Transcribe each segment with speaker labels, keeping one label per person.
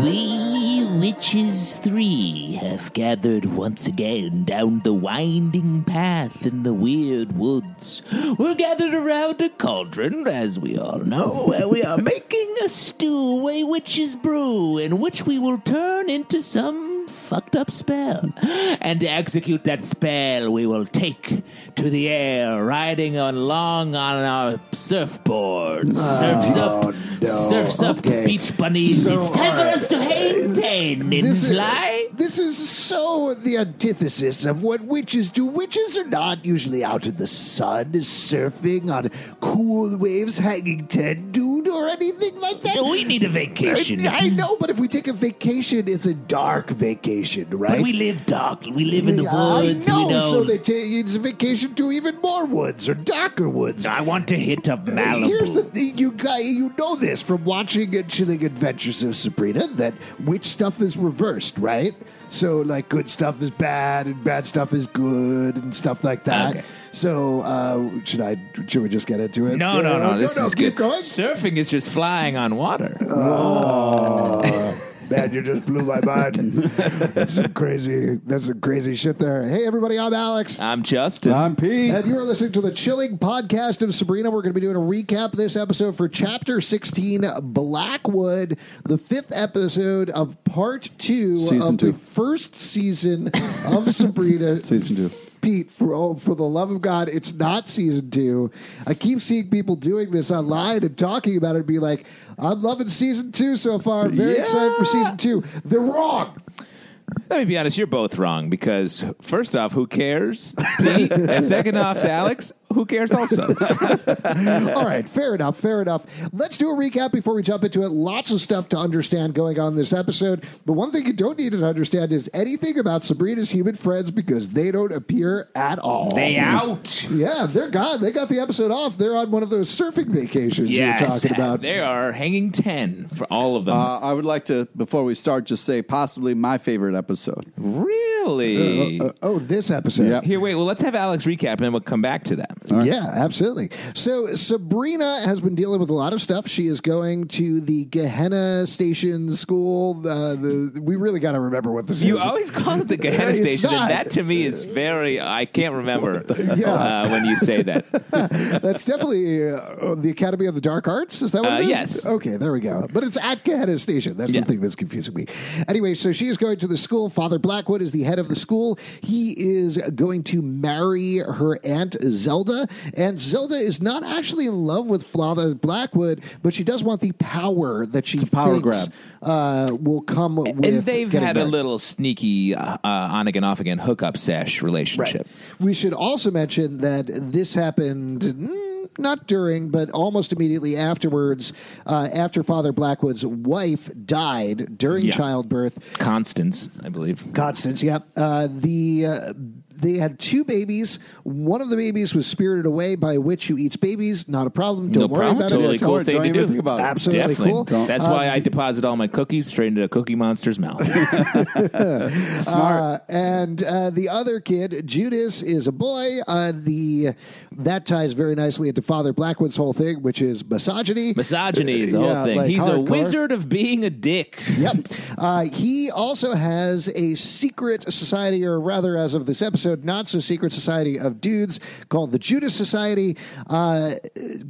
Speaker 1: We witches three have gathered once again down the winding path in the weird woods. We're gathered around a cauldron, as we all know, where we are making a stew, a witch's brew, in which we will turn into some fucked up spell. And to execute that spell, we will take to the air, riding along on our surfboards. surfs up, surfs up,
Speaker 2: Okay.
Speaker 1: beach bunnies.
Speaker 2: So,
Speaker 1: it's time for
Speaker 2: alright.
Speaker 1: us to maintain and
Speaker 2: This is,
Speaker 1: fly.
Speaker 2: this is so the antithesis of what witches do. Witches are not usually out in the sun, surfing on cool waves, hanging ten dude, or anything like that.
Speaker 1: we need a vacation.
Speaker 2: I, I know, but if we take a vacation, it's a dark vacation, right?
Speaker 1: But we live dark. We live in the woods.
Speaker 2: I know,
Speaker 1: you know.
Speaker 2: so they take it's a vacation to even more woods or darker woods.
Speaker 1: I want to hit up Malibu.
Speaker 2: Here's the thing, you guys, you know this from watching and chilling adventures of Sabrina that witch stuff is reversed, right? So like good stuff is bad and bad stuff is good and stuff like that.
Speaker 1: Okay.
Speaker 2: So uh, should I? Should we just get into it?
Speaker 3: No, no,
Speaker 2: Uh,
Speaker 3: no. This
Speaker 2: no,
Speaker 3: is
Speaker 2: keep
Speaker 3: good.
Speaker 2: Going. Uh,
Speaker 3: Surfing is just flying on water.
Speaker 2: Oh, man, you just blew my mind. that's some crazy. That's some crazy shit there. Hey, everybody, I'm Alex.
Speaker 3: I'm Justin.
Speaker 4: I'm Pete.
Speaker 2: And you're listening to the chilling podcast of Sabrina. We're going to be doing a recap this episode for chapter 16, Blackwood, the fifth episode of part two
Speaker 4: Season
Speaker 2: of
Speaker 4: two.
Speaker 2: the first season of Sabrina.
Speaker 4: Season two.
Speaker 2: Pete, for oh, for the love of God, it's not season two. I keep seeing people doing this online and talking about it and be like, I'm loving season two so far. I'm very
Speaker 3: Yeah.
Speaker 2: excited for season two. They're wrong.
Speaker 3: Let me be honest. You're both wrong because first off, who cares? Pete, and second off, Alex, who cares? Also,
Speaker 2: All right, fair enough, fair enough. Let's do a recap before we jump into it. Lots of stuff to understand going on in this episode, but one thing you don't need to understand is anything about Sabrina's human friends because they don't appear at all.
Speaker 3: they out.
Speaker 2: yeah, they're gone. They got the episode off. They're on one of those surfing vacations you were
Speaker 3: Yes,
Speaker 2: talking about.
Speaker 3: they are hanging ten for all of them.
Speaker 4: Uh, I would like to, before we start, just say possibly my favorite episode.
Speaker 3: Uh, really?
Speaker 2: Uh, oh, this episode.
Speaker 4: Yeah.
Speaker 3: Here, wait. Well, let's have Alex recap, and then we'll come back to that.
Speaker 2: Yeah, absolutely. So Sabrina has been dealing with a lot of stuff. She is going to the Gehenna Station School. Uh, the, we really got to remember what this
Speaker 3: You
Speaker 2: is.
Speaker 3: always call it the Gehenna
Speaker 2: It's
Speaker 3: Station,
Speaker 2: not.
Speaker 3: and that to me is very. I can't remember
Speaker 2: Yeah.
Speaker 3: uh, when you say that.
Speaker 2: That's definitely uh, the Academy of the Dark Arts. Is that what
Speaker 3: Uh,
Speaker 2: it is?
Speaker 3: yes.
Speaker 2: Okay, there we go. But it's at Gehenna Station. That's
Speaker 3: Yeah.
Speaker 2: the thing that's confusing me. Anyway, so she is going to the school. Father Blackwood is the head of the school. He is going to marry her aunt Zelda, and Zelda is not actually in love with Father Blackwood, but she does want the power that she
Speaker 4: a power
Speaker 2: thinks,
Speaker 4: grab.
Speaker 2: uh, will come with.
Speaker 3: and they've
Speaker 2: getting
Speaker 3: had a
Speaker 2: married.
Speaker 3: little sneaky uh, uh, on again, off again hookup sesh relationship.
Speaker 2: We should also mention that this happened mm, not during, but almost immediately afterwards, uh, after Father Blackwood's wife died during
Speaker 3: Yeah.
Speaker 2: childbirth.
Speaker 3: Constance, I believe.
Speaker 2: Constance, yeah. Uh, the uh, They had two babies. One of the babies was spirited away by a witch who eats babies. Not a problem. Don't
Speaker 3: no
Speaker 2: worry
Speaker 3: problem.
Speaker 2: about
Speaker 3: Totally
Speaker 2: it.
Speaker 4: Don't
Speaker 3: cool
Speaker 4: worry-
Speaker 3: thing
Speaker 4: don't
Speaker 3: to
Speaker 4: even
Speaker 3: do.
Speaker 4: think about it.
Speaker 2: Absolutely
Speaker 3: Definitely.
Speaker 2: cool. Um, Don't-
Speaker 3: That's why I deposit all my cookies straight into Cookie Monster's mouth.
Speaker 4: Smart.
Speaker 2: Uh, and uh, the other kid, Judas, is a boy. Uh, the that ties very nicely into Father Blackwood's whole thing, which is misogyny. Uh,
Speaker 3: Misogyny is the whole
Speaker 2: Yeah,
Speaker 3: thing.
Speaker 2: like
Speaker 3: He's a
Speaker 2: hardcore.
Speaker 3: wizard of being a dick.
Speaker 2: yep. Uh, he also has a secret society, or rather, as of this episode, not so secret society of dudes called the Judas Society. Uh,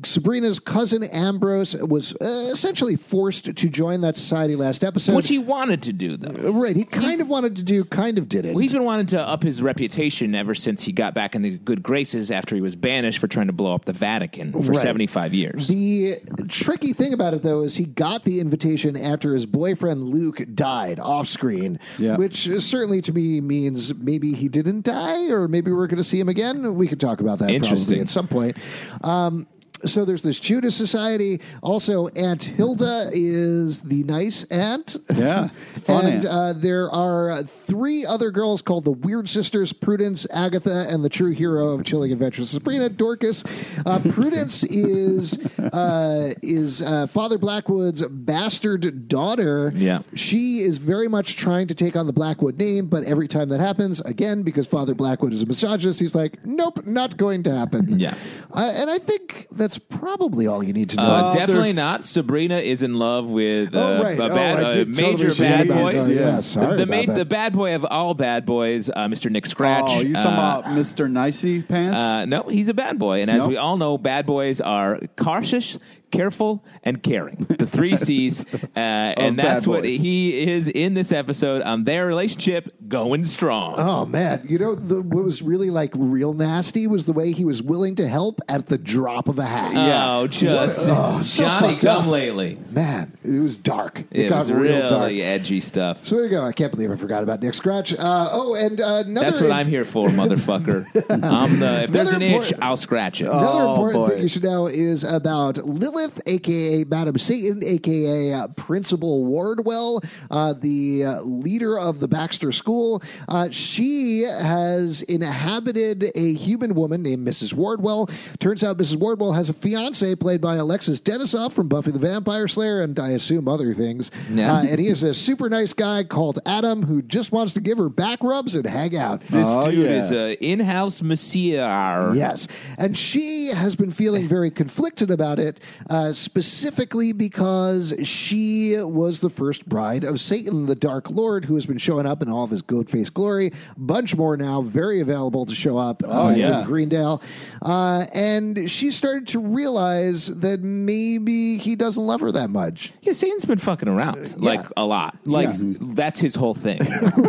Speaker 2: Sabrina's cousin Ambrose was uh, essentially forced to join that society last episode.
Speaker 3: Which he wanted to do, though.
Speaker 2: right, he kind of wanted to do, kind of didn't.
Speaker 3: Well, he's been wanting to up his reputation ever since he got back in the good graces after he was banished for trying to blow up the Vatican for
Speaker 2: Right.
Speaker 3: 75 years.
Speaker 2: The tricky thing about it, though, is he got the invitation after his boyfriend Luke died off screen,
Speaker 4: Yeah.
Speaker 2: which certainly to me means maybe he didn't die, or maybe we're going to see him again. We could talk about that
Speaker 3: Interesting.
Speaker 2: probably at some point. Um, so there's this Judas Society. Also, Aunt Hilda is the nice aunt.
Speaker 4: Yeah. Fun
Speaker 2: and
Speaker 4: aunt.
Speaker 2: Uh, there are uh, three other girls called the Weird Sisters Prudence, Agatha, and the true hero of Chilling Adventures, Sabrina Dorcas. Uh, Prudence is uh, is uh, Father Blackwood's bastard daughter.
Speaker 3: Yeah.
Speaker 2: She is very much trying to take on the Blackwood name, but every time that happens, again, because Father Blackwood is a misogynist, he's like, nope, not going to happen.
Speaker 3: Yeah.
Speaker 2: Uh, and I think that's probably all you need to know.
Speaker 3: Uh, definitely
Speaker 4: there's-
Speaker 3: not. Sabrina is in love with uh,
Speaker 2: Oh, right.
Speaker 3: a
Speaker 2: Oh,
Speaker 3: bad,
Speaker 2: I
Speaker 3: a
Speaker 2: did totally
Speaker 3: major
Speaker 2: forget
Speaker 3: bad
Speaker 2: about
Speaker 3: boy.
Speaker 2: that. Yeah,
Speaker 4: Yeah.
Speaker 2: sorry
Speaker 3: the,
Speaker 2: about that.
Speaker 3: the bad boy of all bad boys, uh, Mr. Nick Scratch.
Speaker 4: Oh, you're talking
Speaker 3: uh,
Speaker 4: about Mr. Nicey Pants?
Speaker 3: Uh, no, he's a bad boy, and as
Speaker 4: No.
Speaker 3: we all know, bad boys are cautious, careful, and caring—the three C's. Uh, and
Speaker 4: bad
Speaker 3: that's what
Speaker 4: boys.
Speaker 3: he is in this episode. Um, their relationship going strong.
Speaker 2: Oh man, you know the, what was really like real nasty was the way he was willing to help at the drop of a hat.
Speaker 3: Oh, just
Speaker 2: What- oh, so
Speaker 3: Johnny
Speaker 2: fucked up.
Speaker 3: come lately.
Speaker 2: Man, it was dark. It,
Speaker 3: It
Speaker 2: got
Speaker 3: was
Speaker 2: real
Speaker 3: really
Speaker 2: dark.
Speaker 3: edgy stuff.
Speaker 2: So there you go. I can't believe I forgot about Nick Scratch. Uh, oh, and uh, another
Speaker 3: That's what I'm here for, motherfucker. I'm the, if there's
Speaker 2: Another
Speaker 3: an itch,
Speaker 2: important-
Speaker 3: I'll scratch it.
Speaker 2: Another
Speaker 4: Oh,
Speaker 2: important
Speaker 4: boy.
Speaker 2: thing you should know is about Lilith, aka Madam Satan, aka uh, Principal Wardwell, uh, the uh, leader of the Baxter School. Uh, she has inhabited a human woman named Mrs. Wardwell. Turns out Mrs. Wardwell has a fiance played by Alexis Denisoff from Buffy the Vampire Slayer, and I assume other things.
Speaker 3: Yeah.
Speaker 2: Uh, and he is a super nice guy called Adam who just wants to give her back rubs and hang out.
Speaker 3: This
Speaker 4: Oh,
Speaker 3: dude
Speaker 4: yeah.
Speaker 3: is an in-house messiah.
Speaker 2: Yes. And she has been feeling very conflicted about it, uh, specifically because she was the first bride of Satan, the Dark Lord, who has been showing up in all of his goat face glory. Bunch more now, very available to show up uh,
Speaker 4: yeah.
Speaker 2: in Greendale. Uh, and she started to realize that maybe he doesn't love her that much.
Speaker 3: Yeah, Satan's been fucking around like a lot. Like
Speaker 2: Mm-hmm.
Speaker 3: that's his whole thing.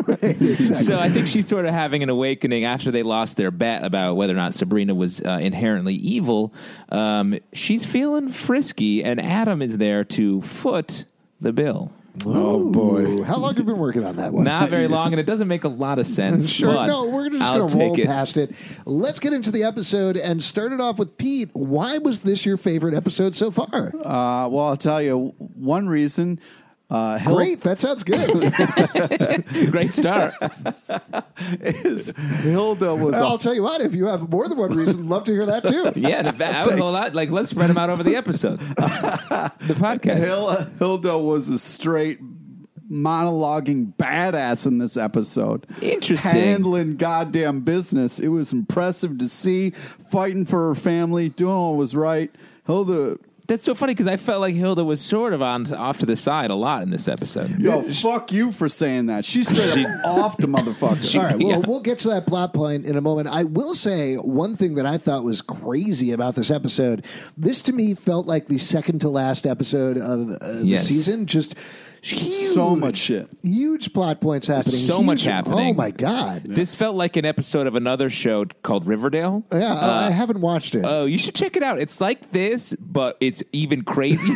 Speaker 3: So I think she's sort of having an awakening after they lost their bet about whether or not Sabrina was uh, inherently evil. Um, she's feeling frisky, and Adam is there to foot the bill.
Speaker 2: Oh, boy. How long have you been working on that one?
Speaker 3: Not very long, and it doesn't make a lot of sense.
Speaker 2: Sure.
Speaker 3: but
Speaker 2: no, we're just
Speaker 3: I'll
Speaker 2: going to roll
Speaker 3: take it.
Speaker 2: past it. Let's get into the episode and start it off with Pete. Why was this your favorite episode so far?
Speaker 4: Uh, well, I'll tell you one reason. Uh, Hil-
Speaker 2: Great. That sounds good.
Speaker 3: Great start.
Speaker 4: is Hilda was
Speaker 2: I'll
Speaker 4: a
Speaker 2: tell you what, if you have more than one reason, love to hear that too.
Speaker 3: Yeah, the, I would a lot. Like let's spread them out over the episode, the podcast.
Speaker 4: Hil- Hilda was a straight monologuing badass in this episode.
Speaker 3: Interesting.
Speaker 4: Handling goddamn business. It was impressive to see fighting for her family, doing what was right. Hilda
Speaker 3: That's so funny because I felt like Hilda was sort of on off to the side a lot in this episode.
Speaker 4: Yo, fuck you for saying that. She straight up off the motherfucker.
Speaker 2: All right, well,
Speaker 3: Yeah.
Speaker 2: we'll get to that plot point in a moment. I will say one thing that I thought was crazy about this episode. This to me felt like the second to last episode of uh,
Speaker 3: Yes.
Speaker 2: the season. Just huge,
Speaker 4: So much shit.
Speaker 2: huge plot points happening.
Speaker 3: So
Speaker 2: Huge-
Speaker 3: much happening.
Speaker 2: Oh my god!
Speaker 3: This felt like an episode of another show called Riverdale.
Speaker 2: Yeah,
Speaker 3: Uh,
Speaker 2: I I haven't watched it.
Speaker 3: Oh, you should check it out. It's like this, but it's even crazier.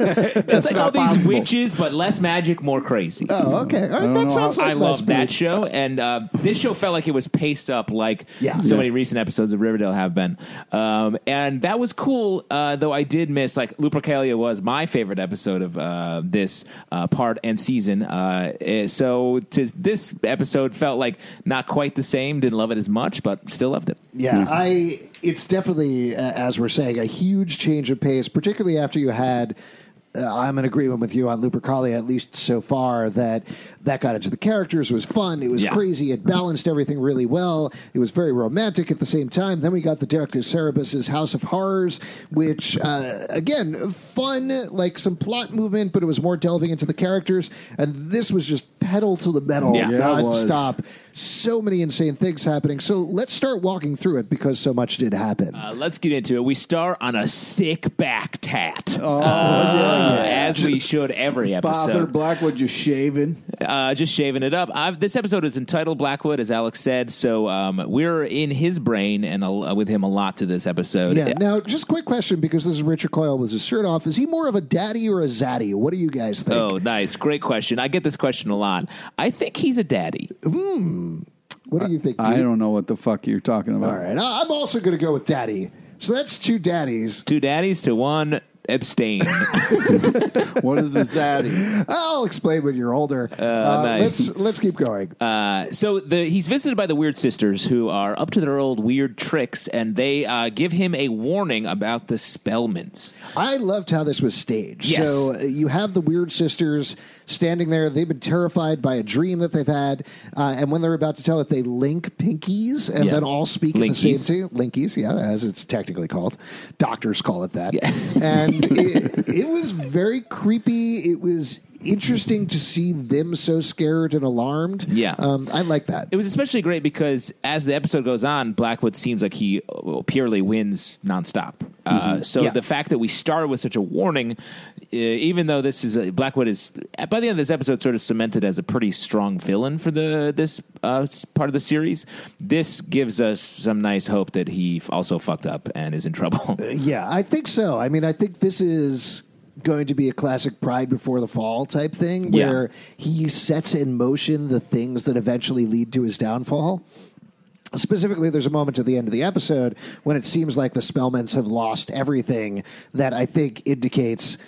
Speaker 3: it's like all
Speaker 4: not
Speaker 3: these
Speaker 4: possible.
Speaker 3: witches, but less magic, more crazy.
Speaker 2: Oh, okay. All right, that
Speaker 4: know
Speaker 2: sounds like
Speaker 3: I
Speaker 2: my
Speaker 3: love
Speaker 2: speed.
Speaker 3: that show, and uh, this show felt like it was paced up like
Speaker 2: Yeah.
Speaker 3: so
Speaker 2: Yeah.
Speaker 3: many recent episodes of Riverdale have been, um, and that was cool. Uh, though I did miss like Lupercalia was my favorite episode of uh, this. uh, part and season. Uh, eh, so to this episode felt like not quite the same. Didn't love it as much, but still loved it.
Speaker 2: Yeah, I. It's definitely, uh, as we're saying, a huge change of pace, particularly after you had. Uh, I'm in agreement with you on Lupercalia, at least so far. That that got into the characters was fun. It was
Speaker 3: Yeah.
Speaker 2: crazy. It balanced everything really well. It was very romantic at the same time. Then we got the director Cerebus's House of Horrors, which uh, again, fun, like some plot movement, but it was more delving into the characters. And this was just pedal to the metal,
Speaker 3: Yeah.
Speaker 4: Oh, Yeah, it was.
Speaker 2: nonstop. So many insane things happening. So let's start walking through it because so much did happen.
Speaker 3: Uh, let's get into it. We start on a sick back tat,
Speaker 4: Oh,
Speaker 3: Uh,
Speaker 4: yeah, yeah.
Speaker 3: as we should every episode.
Speaker 4: Father Blackwood just shaving.
Speaker 3: uh, just shaving it up. I've, this episode is entitled Blackwood, as Alex said. So um, we're in his brain and a, with him a lot to this episode.
Speaker 2: yeah. Now, just quick question because this is Richard Coyle with his shirt off. Is he more of a daddy or a zaddy? What do you guys think?
Speaker 3: Oh, nice. Great question. I get this question a lot. I think he's a daddy.
Speaker 2: what do you think?
Speaker 4: I
Speaker 2: Pete?
Speaker 4: don't know what the fuck you're talking about.
Speaker 2: All right. I- I'm also going to go with daddy. So that's two daddies.
Speaker 3: Two daddies to one abstain.
Speaker 4: What is a zaddy?
Speaker 2: I'll explain when you're older. Uh,
Speaker 3: nice.
Speaker 2: Let's let's keep going.
Speaker 3: uh, so the, he's visited by the weird sisters who are up to their old weird tricks, and they uh, give him a warning about the Spellmans.
Speaker 2: I loved how this was staged.
Speaker 3: Yes.
Speaker 2: So uh, you have the weird sisters standing there. They've been terrified by a dream that they've had, uh, and when they're about to tell it, they link pinkies and
Speaker 3: Yeah.
Speaker 2: then all speak at the same
Speaker 3: Linkies.
Speaker 2: time. Linkies, yeah, as it's technically called. Doctors call it that. and it, it was very creepy. It was interesting to see them so scared and alarmed.
Speaker 3: Yeah.
Speaker 2: um, I like that.
Speaker 3: It was especially great because as the episode goes on, Blackwood seems like he uh, purely wins nonstop. Uh, so
Speaker 2: Yeah.
Speaker 3: the fact that we started with such a warning, uh, even though this is a, Blackwood is by the end of this episode sort of cemented as a pretty strong villain for the this uh, s- part of the series. This gives us some nice hope that he f- also fucked up and is in trouble.
Speaker 2: Yeah, I think so. I mean, I think this is going to be a classic Pride Before the Fall type thing
Speaker 3: Yeah.
Speaker 2: where he sets in motion the things that eventually lead to his downfall. Specifically, there's a moment at the end of the episode when it seems like the Spellmans have lost everything that I think indicates,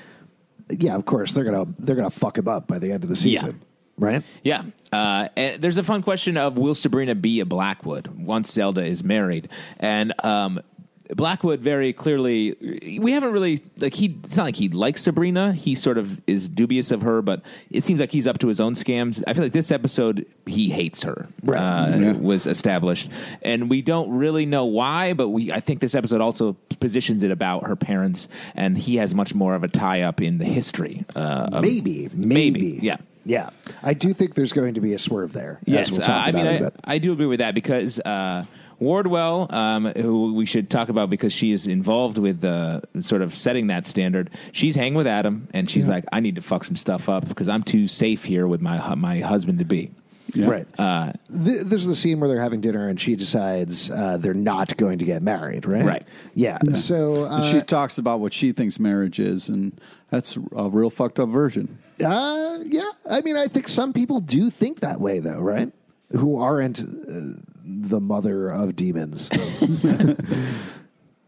Speaker 2: yeah, of course they're gonna they're gonna fuck him up by the end of the
Speaker 3: Yeah.
Speaker 2: season, right?
Speaker 3: Yeah. Uh, and there's a fun question of will Sabrina be a Blackwood once Zelda is married? And um, Blackwood very clearly, we haven't really, like, he, it's not like he likes Sabrina. He sort of is dubious of her, but it seems like he's up to his own scams. I feel like this episode, he hates her,
Speaker 2: Right.
Speaker 3: uh, was established. And we don't really know why, but we, I think this episode also positions it about her parents, and he has much more of a tie up in the history. Uh, of-
Speaker 2: maybe, maybe,
Speaker 3: maybe, yeah.
Speaker 2: yeah. I do think there's going to be a swerve there. as
Speaker 3: Yes,
Speaker 2: we'll
Speaker 3: uh,
Speaker 2: talk
Speaker 3: I
Speaker 2: about
Speaker 3: mean,
Speaker 2: in a
Speaker 3: I,
Speaker 2: bit.
Speaker 3: I do agree with that because uh, Wardwell, um, who we should talk about because she is involved with uh, sort of setting that standard, she's hanging with Adam and she's like, I need to fuck some stuff up because I'm too safe here with my hu- my husband to be.
Speaker 2: Right.
Speaker 3: Uh,
Speaker 2: Th- this is the scene where they're having dinner and she decides uh, they're not going to get married, right?
Speaker 3: Right.
Speaker 2: Yeah. So, uh,
Speaker 4: And she talks about what she thinks marriage is, and that's a real fucked up version.
Speaker 2: uh, yeah. I mean, I think some people do think that way, though, right? Who aren't uh, the mother of demons.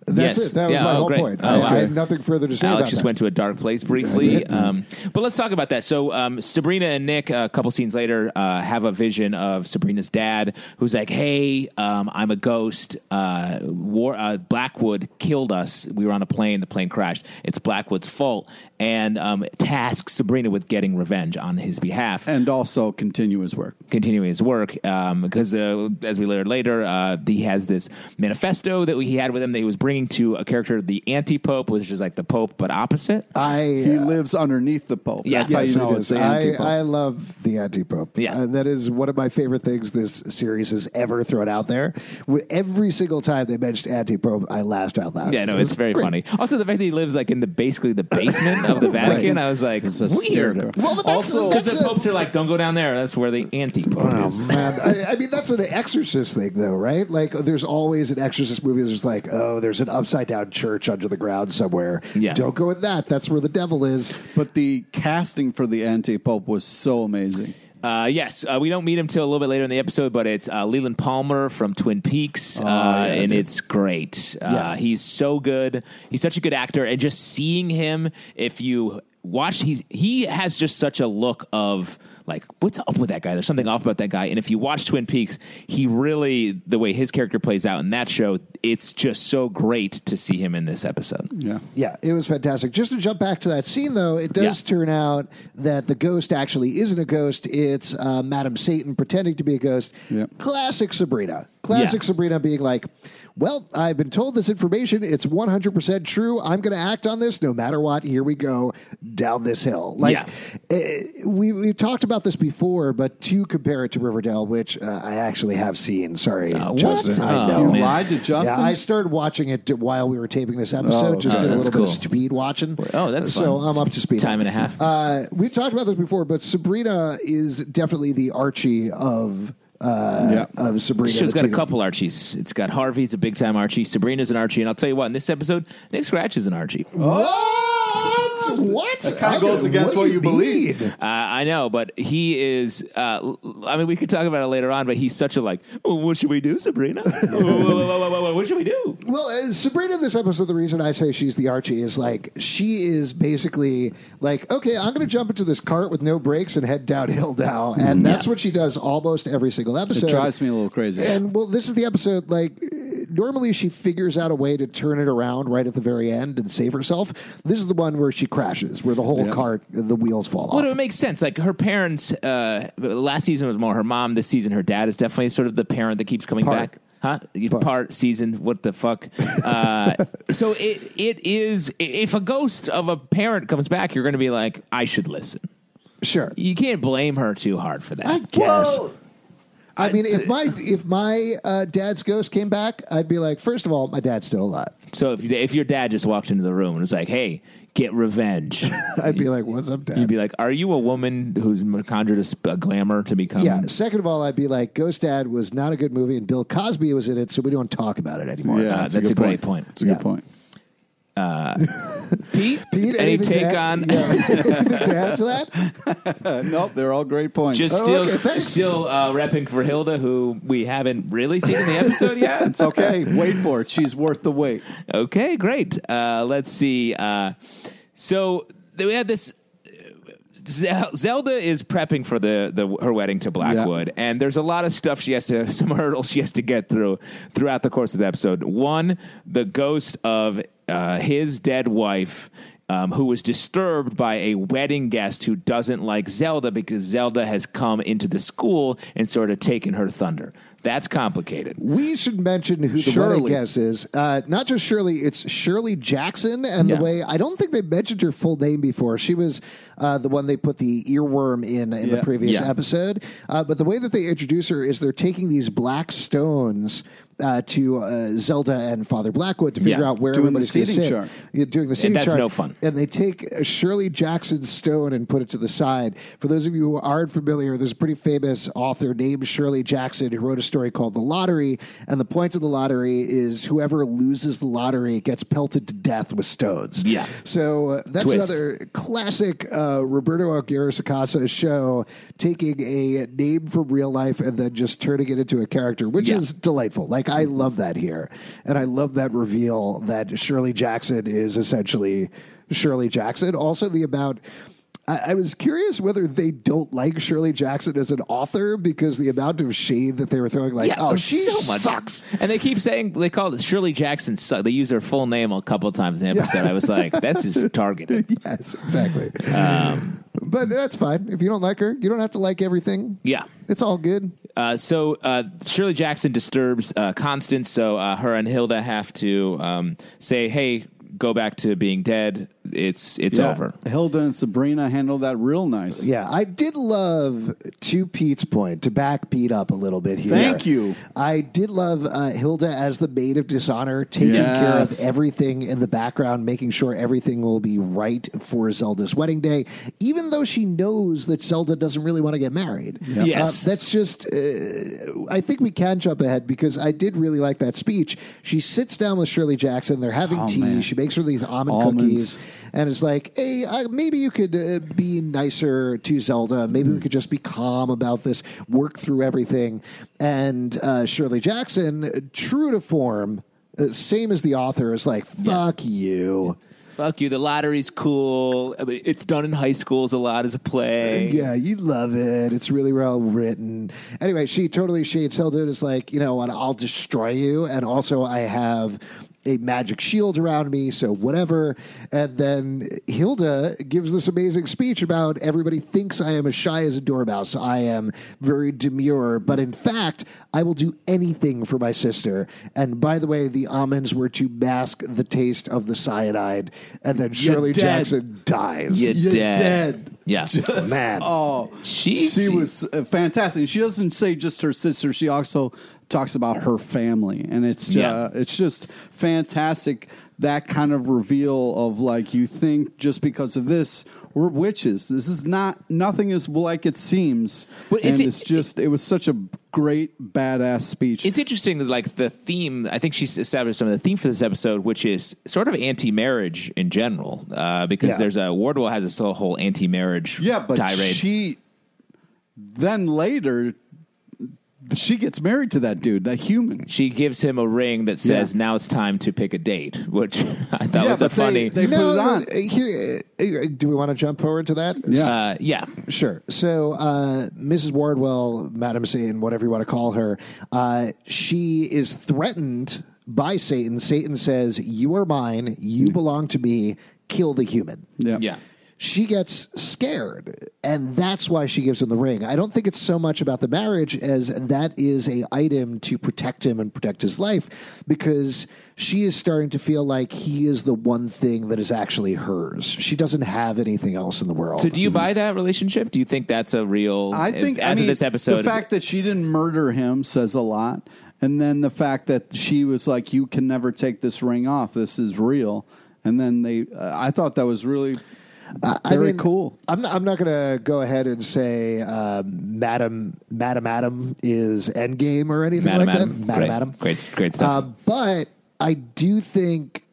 Speaker 2: That's
Speaker 3: Yes.
Speaker 2: it. That was
Speaker 3: Yeah,
Speaker 2: my
Speaker 3: oh,
Speaker 2: whole
Speaker 3: great.
Speaker 2: point.
Speaker 3: Oh,
Speaker 2: I, I
Speaker 3: wow.
Speaker 2: had nothing further to say
Speaker 3: Alex
Speaker 2: about
Speaker 3: just
Speaker 2: that.
Speaker 3: went to a dark place briefly. Um, but let's talk about that. So, um, Sabrina and Nick, a couple scenes later, uh, have a vision of Sabrina's dad who's like, Hey, um, I'm a ghost. Uh, War- uh, Blackwood killed us. We were on a plane, the plane crashed. It's Blackwood's fault. And um, tasks Sabrina with getting revenge on his behalf
Speaker 4: And also continue his work.
Speaker 3: continuing his work because uh, as we learn later uh, he has this manifesto that he had with him that he was bringing to a character the anti-pope which is like the pope but opposite
Speaker 2: I. uh,
Speaker 4: He lives underneath the Pope.
Speaker 3: Yeah.
Speaker 4: That's how
Speaker 2: Yes,
Speaker 4: you know
Speaker 2: it
Speaker 4: it's
Speaker 2: is.
Speaker 4: the anti
Speaker 2: I, I
Speaker 4: Pope.
Speaker 2: love the anti pope.
Speaker 3: Yeah.
Speaker 2: and that is one of my favorite things this series has ever thrown out there. With every single time they mentioned anti pope, I laughed out loud.
Speaker 3: Yeah, no, it's very
Speaker 2: great.
Speaker 3: funny. Also, the fact that he lives like in the basically the basement of the Vatican, I was like,
Speaker 4: It's
Speaker 3: weird.
Speaker 4: hysterical.
Speaker 2: Well, but that's,
Speaker 3: also, because
Speaker 2: that's
Speaker 3: the
Speaker 2: a-
Speaker 3: popes are like, don't go down there. That's where the anti pope is.
Speaker 2: Oh, man. I, I mean, that's an exorcist thing, though, right? Like, there's always an exorcist movie that's just like, oh, there's an upside down church under the ground somewhere.
Speaker 3: Yeah.
Speaker 2: Don't go with that. That's where the devil is.
Speaker 4: But the casting for the anti Pope was so amazing.
Speaker 3: Uh, yes, uh, we don't meet him till a little bit later in the episode, but it's uh, Leland Palmer from Twin Peaks, uh, and it's great. Uh,
Speaker 2: Yeah.
Speaker 3: He's so good. He's such a good actor, and just seeing him, if you watch he's he has just such a look of like what's up with that guy? There's something off about that guy. And if you watch Twin Peaks, he really the way his character plays out in that show, it's just so great to see him in this episode.
Speaker 4: Yeah.
Speaker 2: Yeah, it was fantastic. Just to jump back to that scene, though, it does
Speaker 3: Yeah.
Speaker 2: turn out that the ghost actually isn't a ghost. It's uh, Madam Satan pretending to be a ghost.
Speaker 4: Yeah.
Speaker 2: Classic Sabrina. Classic
Speaker 3: Yeah.
Speaker 2: Sabrina being like, well, I've been told this information. It's 100% true. I'm going to act on this no matter what. Here we go down this hill. Like,
Speaker 3: Yeah.
Speaker 2: eh, we, we talked about this before, but to compare it to Riverdale, which uh, I actually have seen. Sorry,
Speaker 3: what?
Speaker 2: Justin. I
Speaker 3: Oh,
Speaker 2: know.
Speaker 4: You
Speaker 3: man.
Speaker 4: lied to Justin.
Speaker 2: Yeah, I started watching it while we were taping this episode.
Speaker 4: Oh,
Speaker 2: just
Speaker 3: okay.
Speaker 2: did a
Speaker 3: That's
Speaker 2: little bit of
Speaker 3: cool.
Speaker 2: speed watching.
Speaker 3: Oh, that's
Speaker 2: so
Speaker 3: fun.
Speaker 2: I'm up to speed.
Speaker 3: Time and a half.
Speaker 2: Uh, we've talked about this before, but Sabrina is definitely the Archie of uh,
Speaker 4: Yeah.
Speaker 2: of Sabrina.
Speaker 3: This show's
Speaker 2: the
Speaker 3: got a
Speaker 2: teen-
Speaker 3: couple Archies. It's got Harvey's a big time Archie, Sabrina's an Archie, and I'll tell you what, in this episode, Nick Scratch is an Archie.
Speaker 4: Oh.
Speaker 2: What? What?
Speaker 4: That kind
Speaker 2: I
Speaker 4: of goes
Speaker 2: don't-
Speaker 4: against
Speaker 2: do
Speaker 4: what you
Speaker 2: mean?
Speaker 4: believe.
Speaker 3: Uh, I know, but he is. Uh, l- l- I mean, we could talk about it later on, but he's such a like. "Oh, what should we do, Sabrina? Oh, whoa, whoa, whoa, whoa, whoa, whoa, what should we do?
Speaker 2: Well, uh, Sabrina, in this episode, the reason I say she's the Archie is like she is basically like, okay, I'm going to jump into this cart with no brakes and head downhill now,
Speaker 3: Mm.
Speaker 2: and that's what she does almost every single
Speaker 4: It
Speaker 2: episode.
Speaker 4: drives me a little crazy.
Speaker 2: And well, this is the episode. Like, uh, normally she figures out a way to turn it around right at the very end and save herself. This is the one where she crashes, where the whole
Speaker 4: Yeah.
Speaker 2: cart, the wheels fall
Speaker 3: Well,
Speaker 2: off.
Speaker 3: it makes sense. Like her parents. Uh, last season was more her mom. This season, her dad is definitely sort of the parent that keeps coming
Speaker 2: Part.
Speaker 3: back. Huh? Part season. What the fuck? Uh, so it it is. i- If a ghost of a parent comes back, you're going to be like, I should listen.
Speaker 2: Sure.
Speaker 3: You can't blame her too hard for that.
Speaker 2: I guess. I mean, if my if my uh, dad's ghost came back, I'd be like, first of all, my dad's still alive.
Speaker 3: so if if your dad just walked into the room and was like, Hey, get revenge.
Speaker 2: I'd be like, what's up, dad?
Speaker 3: You'd be like, "Are you a woman who's m- conjured a, sp- a glamour to become?"
Speaker 2: yeah. Second of all, I'd be like, Ghost Dad was not a good movie, and Bill Cosby was in it, so we don't talk about it anymore.
Speaker 3: Uh, that's a
Speaker 4: good
Speaker 3: great point.
Speaker 4: It's a
Speaker 2: Yeah.
Speaker 4: good point.
Speaker 3: Pete,
Speaker 2: Pete,
Speaker 3: any
Speaker 2: anything to
Speaker 3: take
Speaker 2: add-
Speaker 3: on?
Speaker 2: Yeah, anything to add to that?
Speaker 4: Uh, nope, they're all great points.
Speaker 3: Just
Speaker 2: Oh,
Speaker 3: still,
Speaker 2: okay, thanks.
Speaker 3: still uh, repping for Hilda, who we haven't really seen in the episode yet.
Speaker 4: Oh, it's okay. Wait for it. She's worth the wait.
Speaker 3: Okay, great. Uh, let's see. Uh, so th- we had this. Zel- Zelda is prepping for the, the her wedding to Blackwood, and there's a lot of stuff she has to, some hurdles she has to get through throughout the course of the episode. One, the ghost of uh, his dead wife. Um, who was disturbed by a wedding guest who doesn't like Zelda because Zelda has come into the school and sort of taken her thunder. That's complicated.
Speaker 2: We should mention who the
Speaker 4: Shirley.
Speaker 2: wedding guest is. Uh, not just Shirley, it's Shirley Jackson. And
Speaker 3: Yeah.
Speaker 2: the way I don't think they mentioned her full name before. She was uh, the one they put the earworm in in the
Speaker 4: Yeah.
Speaker 2: previous
Speaker 3: Yeah.
Speaker 2: episode. Uh, but the way that they introduce her is they're taking these black stones. Uh, to uh, Zelda and Father Blackwood to figure
Speaker 3: Yeah.
Speaker 2: out where
Speaker 4: Doing the
Speaker 2: everybody's going to
Speaker 4: seating
Speaker 2: sit.
Speaker 4: chart.
Speaker 2: Yeah, doing the seating
Speaker 3: that's
Speaker 2: chart.
Speaker 3: no fun.
Speaker 2: And they take a Shirley Jackson stone and put it to the side. For those of you who aren't familiar, there's a pretty famous author named Shirley Jackson who wrote a story called The Lottery. And the point of the lottery is whoever loses the lottery gets pelted to death with stones.
Speaker 3: Yeah.
Speaker 2: So uh, that's
Speaker 3: Twist.
Speaker 2: another classic uh, Roberto Aguirre Sacasa show, taking a name from real life and then just turning it into a character, which
Speaker 3: Yeah.
Speaker 2: is delightful. Like I love that here, and I love that reveal that Shirley Jackson is essentially Shirley Jackson. Also, the amount. I I was curious whether they don't like Shirley Jackson as an author because the amount of shade that they were throwing, like, oh,
Speaker 3: there's
Speaker 2: she
Speaker 3: so much.
Speaker 2: sucks.
Speaker 3: And they keep saying they called it Shirley Jackson. Suck. They use her full name a couple times in the episode. I was like, that's just targeted.
Speaker 2: Yes, exactly.
Speaker 3: Um,
Speaker 2: but that's fine. If you don't like her, you don't have to like everything.
Speaker 3: Yeah.
Speaker 2: It's all good.
Speaker 3: Uh, so uh, Shirley Jackson disturbs uh, Constance, so uh, her and Hilda have to um, say, "Hey, go back to being dead. It's it's
Speaker 4: Yeah.
Speaker 3: over."
Speaker 4: Hilda and Sabrina handled that real nice.
Speaker 2: Yeah, I did love to Pete's point to back Pete up a little bit here.
Speaker 4: Thank you.
Speaker 2: I did love uh, Hilda as the maid of dishonor, taking
Speaker 4: Yes.
Speaker 2: care of everything in the background, making sure everything will be right for Zelda's wedding day, even though she knows that Zelda doesn't really want to get married.
Speaker 3: Yes.
Speaker 2: Uh, that's just. Uh, I think we can jump ahead because I did really like that speech. She sits down with Shirley Jackson. They're having tea.
Speaker 4: Oh, man.
Speaker 2: She makes her these almond
Speaker 4: Almonds.
Speaker 2: cookies, and it's like, hey, uh, maybe you could uh, be nicer to Zelda. Maybe we could just be calm about this, work through everything. And uh, Shirley Jackson, true to form, uh, same as the author, is like, fuck you.
Speaker 3: fuck you. The lottery's cool. I mean, it's done in high schools a lot as a play.
Speaker 2: Yeah, you love it. It's really well written. Anyway, she totally shades Hilda and is like, you know what, I'll destroy you. And also, I have a magic shield around me, so whatever. And then Hilda gives this amazing speech about everybody thinks I am as shy as a dormouse. I am very demure, but in fact, I will do anything for my sister. And by the way, the almonds were to mask the taste of the cyanide. And then Shirley
Speaker 4: dead.
Speaker 2: Jackson dies.
Speaker 3: You're,
Speaker 4: You're
Speaker 3: dead.
Speaker 4: dead.
Speaker 3: Yeah.
Speaker 2: Man.
Speaker 4: Oh,
Speaker 3: She-
Speaker 4: she was uh, fantastic. She doesn't say just her sister; she also talks about her family, and it's
Speaker 3: Yeah.
Speaker 4: uh, it's just fantastic. That kind of reveal of like you think just because of this we're witches. This is not nothing is like it seems,
Speaker 3: But
Speaker 4: and
Speaker 3: is
Speaker 4: it's,
Speaker 3: it-
Speaker 4: just it was such a great badass speech.
Speaker 3: It's interesting that like the theme. I think she's established some of the theme for this episode, which is sort of anti-marriage in general, uh, because
Speaker 2: Yeah.
Speaker 3: there's a Wardwell has this whole anti-marriage
Speaker 4: yeah, but
Speaker 3: tirade.
Speaker 4: she then later she gets married to that dude, that human.
Speaker 3: she gives him a ring that says,
Speaker 4: Yeah.
Speaker 3: "Now it's time to pick a date," which I thought
Speaker 4: Yeah,
Speaker 3: was a
Speaker 4: but they-
Speaker 3: funny.
Speaker 4: they- put it on.
Speaker 2: uh, here- uh, do we want to jump forward to that?
Speaker 4: Yeah.
Speaker 3: uh, yeah,
Speaker 2: Sure. So, uh, Mrs. Wardwell, Madam Satan, whatever you want to call her, uh, she is threatened by Satan. Satan says, You are mine. You belong to me. Kill the human.
Speaker 3: yeah.
Speaker 2: She gets scared, and that's why she gives him the ring. I don't think it's so much about the marriage as that is a item to protect him and protect his life, because she is starting to feel like he is the one thing that is actually hers. She doesn't have anything else in the world.
Speaker 3: So, do you buy that relationship? Do you think that's a real?
Speaker 4: I think
Speaker 3: as
Speaker 4: I mean,
Speaker 3: of this episode,
Speaker 4: the fact that she didn't murder him says a lot, and then the fact that she was like, "You can never take this ring off. This is real." And then they, uh, I thought that was really very
Speaker 2: mean,
Speaker 4: cool.
Speaker 2: I'm not, I'm not going to go ahead and say uh, Madam Madam Adam is Endgame or anything
Speaker 3: Madam
Speaker 2: like
Speaker 3: Adam,
Speaker 2: that. Madam
Speaker 3: great,
Speaker 2: Adam,
Speaker 3: great, great stuff.
Speaker 2: Uh, but I do think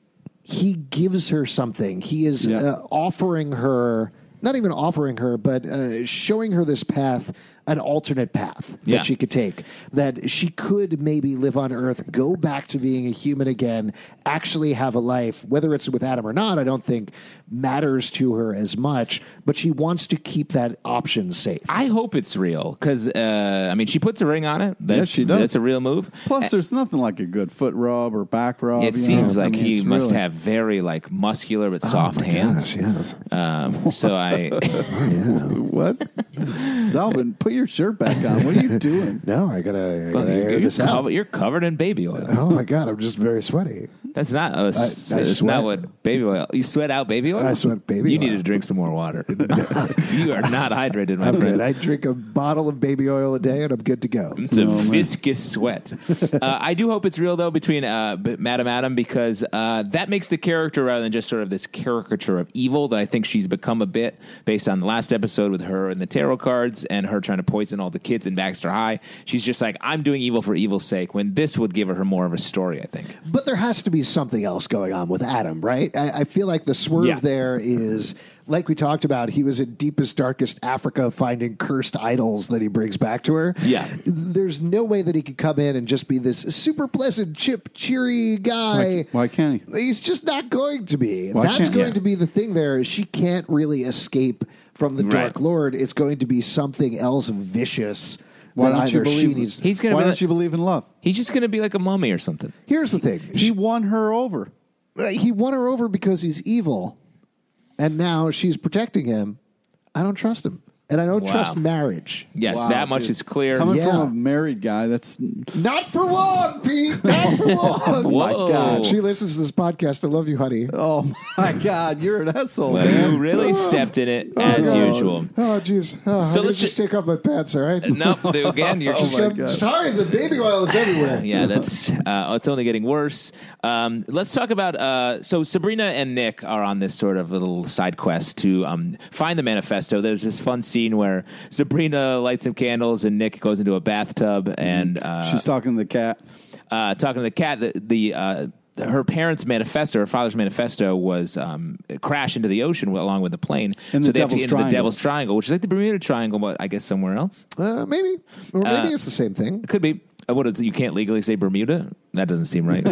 Speaker 2: he gives her something. He is
Speaker 4: Yeah.
Speaker 2: uh, offering her, not even offering her, but uh, showing her this path, an alternate path
Speaker 3: Yeah.
Speaker 2: that she could take. That she could maybe live on Earth, go back to being a human again, actually have a life. Whether it's with Adam or not, I don't think matters to her as much. But she wants to keep that option safe.
Speaker 3: I hope it's real because uh, I mean, she puts a ring on it. That's,
Speaker 4: Yes, she does.
Speaker 3: That's a real move.
Speaker 4: Plus, there's nothing like a good foot rub or back rub.
Speaker 3: It
Speaker 4: you
Speaker 3: seems
Speaker 4: know? I
Speaker 3: like
Speaker 4: mean,
Speaker 3: he
Speaker 4: it's
Speaker 3: must
Speaker 4: really-
Speaker 3: have very like muscular
Speaker 2: Oh
Speaker 3: but soft hands.
Speaker 2: yes.
Speaker 3: Um, so I,
Speaker 4: what? Salvin, put your shirt back on. What are you doing?
Speaker 2: No, I gotta, I
Speaker 3: Well,
Speaker 2: gotta
Speaker 3: you're,
Speaker 2: air
Speaker 3: you're
Speaker 2: this out.
Speaker 3: covered, you're covered in baby oil.
Speaker 2: Oh my god, I'm just very sweaty.
Speaker 3: That's not a, that's
Speaker 2: I
Speaker 3: not
Speaker 2: sweat.
Speaker 3: what baby oil. You sweat out baby oil.
Speaker 2: I sweat baby
Speaker 3: You
Speaker 2: oil.
Speaker 3: need to drink some more water. you are not hydrated, my
Speaker 2: I'm
Speaker 3: friend.
Speaker 2: good. I drink a bottle of baby oil a day and I'm good to go.
Speaker 3: It's
Speaker 4: Oh,
Speaker 3: a viscous sweat. uh, I do hope it's real though between uh, B- Madam Adam because uh, that makes the character rather than just sort of this caricature of evil that I think she's become a bit based on the last episode with her and the tarot cards and her trying to poison all the kids in Baxter High. She's just like I'm doing evil for evil's sake. When this would give her more of a story, I think.
Speaker 2: But there has to be something else going on with Adam, right? I, I feel like the swerve
Speaker 3: Yeah.
Speaker 2: there is, like we talked about, he was in deepest, darkest Africa finding cursed idols that he brings back to her.
Speaker 3: Yeah.
Speaker 2: There's no way that he could come in and just be this super pleasant, chip, cheery guy.
Speaker 4: Why- why can't he?
Speaker 2: He's just not going to be.
Speaker 4: Why
Speaker 2: That's
Speaker 4: can't-
Speaker 2: going
Speaker 3: yeah.
Speaker 2: to be the thing there. Is she can't really escape from the
Speaker 3: Right.
Speaker 2: Dark Lord. It's going to be something else vicious.
Speaker 4: Why
Speaker 2: that
Speaker 4: don't you
Speaker 2: either she
Speaker 4: believe?
Speaker 2: needs-
Speaker 3: He's gonna
Speaker 4: why
Speaker 3: be
Speaker 4: don't
Speaker 3: like-
Speaker 4: you believe in love?
Speaker 3: He's just going to be like a mummy or something.
Speaker 2: Here's the thing.
Speaker 4: He won her over.
Speaker 2: he won her over because he's evil, and now she's protecting him. I don't trust him, and I don't
Speaker 3: Wow.
Speaker 2: trust marriage.
Speaker 3: Yes,
Speaker 4: Wow,
Speaker 3: that much
Speaker 4: dude.
Speaker 3: is clear.
Speaker 4: Coming
Speaker 2: Yeah.
Speaker 4: from a married guy, that's
Speaker 2: Not for long, Pete. Not for long.
Speaker 3: Whoa. God. Um,
Speaker 2: She listens to this podcast. I love you, honey.
Speaker 4: oh my god, you're an asshole.
Speaker 3: Well,
Speaker 4: man.
Speaker 3: you really stepped in it as
Speaker 2: God.
Speaker 3: usual.
Speaker 2: Oh, jeez. Oh,
Speaker 3: So
Speaker 2: so
Speaker 3: let's
Speaker 2: let's just
Speaker 3: ju-
Speaker 2: take off my pants. All right.
Speaker 3: No, Oh dude, again, you're just
Speaker 2: I'm sorry, the baby oil is everywhere.
Speaker 3: yeah, that's uh, it's only getting worse. Um, let's talk about uh, so Sabrina and Nick are on this sort of little side quest to um, find the manifesto. There's this fun scene where Sabrina lights some candles and Nick goes into a bathtub and uh,
Speaker 4: She's talking to the cat.
Speaker 3: uh, talking to the cat. The, the uh, her parents' manifesto, her father's manifesto, was um, crash into the ocean along with the plane.
Speaker 4: In the
Speaker 3: so they have to get
Speaker 4: Devil's
Speaker 3: into the
Speaker 4: Triangle.
Speaker 3: Devil's Triangle, which is like the Bermuda Triangle, but I guess somewhere else.
Speaker 2: Uh, maybe, or maybe it's the same thing.
Speaker 3: Could be. Uh, What is it? You can't legally say Bermuda? That doesn't seem right.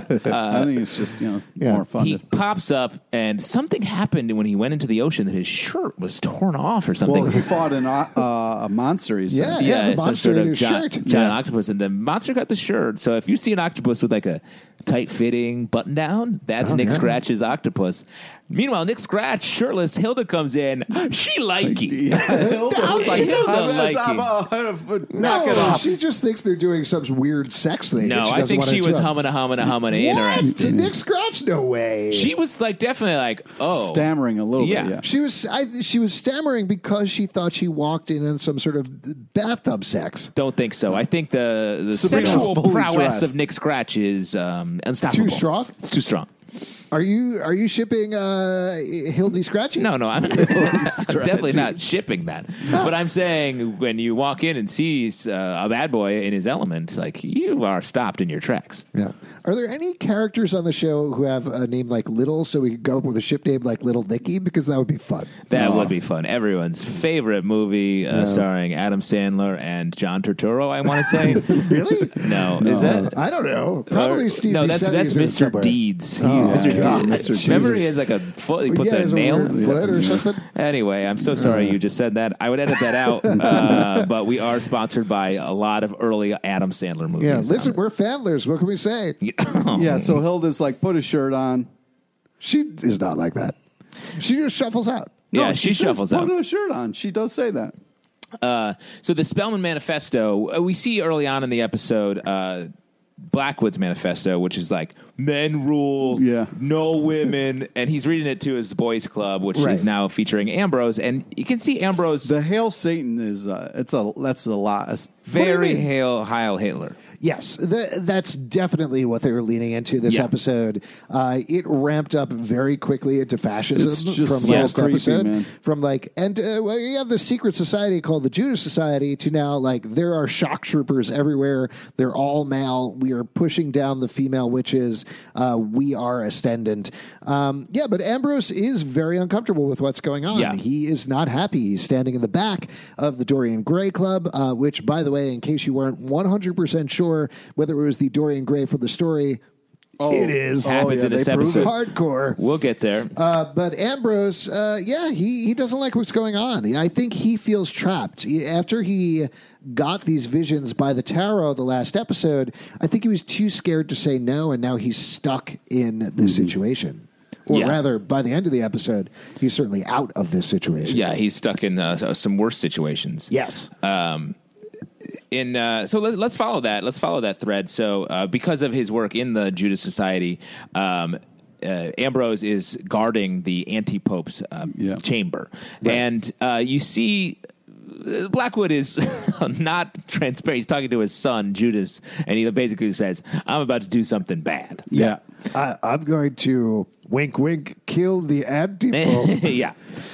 Speaker 4: I think it's just you know
Speaker 2: yeah.
Speaker 4: more fun.
Speaker 3: uh, he
Speaker 4: to-
Speaker 3: pops up, and something happened when he went into the ocean that his shirt was torn off or something.
Speaker 4: well, he fought an, o- uh, a monster. He said.
Speaker 2: Yeah,
Speaker 3: yeah,
Speaker 2: the
Speaker 3: it's some
Speaker 2: monster
Speaker 3: sort
Speaker 2: in
Speaker 3: of
Speaker 2: his
Speaker 3: giant,
Speaker 2: shirt.
Speaker 3: giant
Speaker 2: Yeah.
Speaker 3: octopus, and the monster got the shirt. So if you see an octopus with like a tight fitting button down, that's Nick
Speaker 2: Oh, yeah.
Speaker 3: Scratch's octopus. Meanwhile, Nick Scratch shirtless, Hilda comes in. She like you.
Speaker 4: I was
Speaker 3: she does not
Speaker 4: I'm-
Speaker 3: like
Speaker 4: I'm-
Speaker 3: you.
Speaker 4: I'm- I'm- knock it
Speaker 2: No,
Speaker 4: off.
Speaker 2: she just thinks they're doing some weird sex thing.
Speaker 3: No,
Speaker 2: that she
Speaker 3: I
Speaker 2: doesn't
Speaker 3: think
Speaker 2: wanna
Speaker 3: she was
Speaker 2: interrupt.
Speaker 3: humming a humming a humming a
Speaker 2: What?
Speaker 3: interesting.
Speaker 2: To Nick Scratch? No way.
Speaker 3: She was like definitely like oh
Speaker 4: Stammering a little
Speaker 3: Yeah.
Speaker 4: bit. Yeah.
Speaker 2: She was I, she was stammering because she thought she walked in on some sort of bathtub sex.
Speaker 3: Don't think so. I think the the
Speaker 4: Sabrina's
Speaker 3: sexual
Speaker 4: fully
Speaker 3: prowess
Speaker 4: dressed.
Speaker 3: of Nick Scratch is um, unstoppable.
Speaker 2: Too strong?
Speaker 3: It's too strong.
Speaker 2: Are you are you shipping uh, Hildy Scratchy?
Speaker 3: No, no, I'm, I'm definitely not shipping that. But I'm saying when you walk in and see uh, a bad boy in his element, like you are stopped in your tracks.
Speaker 2: Yeah. Are there any characters on the show who have a name like Little, so we could go up with a ship name like Little Nicky? Because that would be fun.
Speaker 3: That would be fun. Everyone's favorite movie uh, starring Adam Sandler and John Turturro. I want to say. really? No. Is that?
Speaker 2: Uh, I don't know. Probably
Speaker 3: or-
Speaker 2: Steve.
Speaker 3: No, that's
Speaker 2: Buscemi
Speaker 3: that's
Speaker 2: is in it
Speaker 3: Mr.
Speaker 2: somewhere. Oh,
Speaker 3: Deeds. He-
Speaker 4: Mr.
Speaker 2: God.
Speaker 4: Deeds. Mr.
Speaker 3: Remember, he
Speaker 4: Jesus.
Speaker 3: has like a foot. He puts
Speaker 2: Yeah,
Speaker 3: a
Speaker 2: it's
Speaker 3: nail.
Speaker 2: weird foot or something. Uh.
Speaker 3: Anyway, I'm so sorry you just said that. I would edit that out, uh, but we are sponsored by a lot of early Adam Sandler movies.
Speaker 2: Yeah, listen, we're Fandlers. What can we say?
Speaker 4: Yeah. So
Speaker 3: Hmm.
Speaker 4: Hilda's like, put a shirt on.
Speaker 2: She is not like that. She just shuffles out.
Speaker 3: yeah,
Speaker 4: No,
Speaker 3: she,
Speaker 4: Oh, says,
Speaker 3: shuffles out.
Speaker 4: Put a shirt on. She does say that.
Speaker 3: So the Spellman Manifesto, uh, we see early on in the episode. Uh, Blackwood's manifesto, which is like men rule,
Speaker 4: Yeah.
Speaker 3: no women, and he's reading it to his boys' club, which
Speaker 2: Right.
Speaker 3: is now featuring Ambrose, and you can see Ambrose
Speaker 4: The hail Satan is uh, it's a that's a lot. It's- What do you
Speaker 3: very
Speaker 4: mean?
Speaker 3: hail Heil Hitler.
Speaker 2: Yes, th- that's definitely what they were leaning into this
Speaker 3: Yeah.
Speaker 2: episode. Uh, it ramped up very quickly into fascism
Speaker 4: It's just
Speaker 2: from
Speaker 4: so
Speaker 2: last
Speaker 4: creepy,
Speaker 2: episode.
Speaker 4: man.
Speaker 2: From like, and uh, well, you have this secret society called the Judas Society to now like there are shock troopers everywhere. They're all male. We are pushing down the female witches. Uh, we are ascendant. Um, yeah, but Ambrose is very uncomfortable with what's going on.
Speaker 3: Yeah.
Speaker 2: He he is not happy. He's standing in the back of the Dorian Gray Club, uh, which, by the way, in case you weren't 100% sure whether it was the Dorian Gray for the story, it is.
Speaker 3: Happens in this
Speaker 4: they prove
Speaker 3: episode.
Speaker 4: it.
Speaker 2: Hardcore.
Speaker 3: We'll get there.
Speaker 2: Uh, but Ambrose, uh, yeah, he, he doesn't like what's going on. I think he feels trapped. He- After he got these visions by the tarot the last episode, I think he was too scared to say no, and now he's stuck in this situation. Or
Speaker 3: Yeah.
Speaker 2: rather, by the end of the episode, he's certainly out of this situation.
Speaker 3: Yeah, he's stuck in uh, s- some worse situations.
Speaker 2: Yes.
Speaker 3: In uh, so let, let's follow that. Let's follow that thread. So uh, because of his work in the Judas Society, um, uh, Ambrose is guarding the anti pope's uh,
Speaker 4: Yeah.
Speaker 3: chamber, and uh, you see. uh, Blackwood is not transparent. He's talking to his son Judas, and he basically says, "I'm about to do something bad."
Speaker 4: Yeah.
Speaker 2: I, I'm going to wink, wink, kill the anti-pope.
Speaker 3: yeah,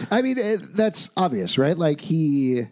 Speaker 2: I mean, eh, that's obvious, right? Like he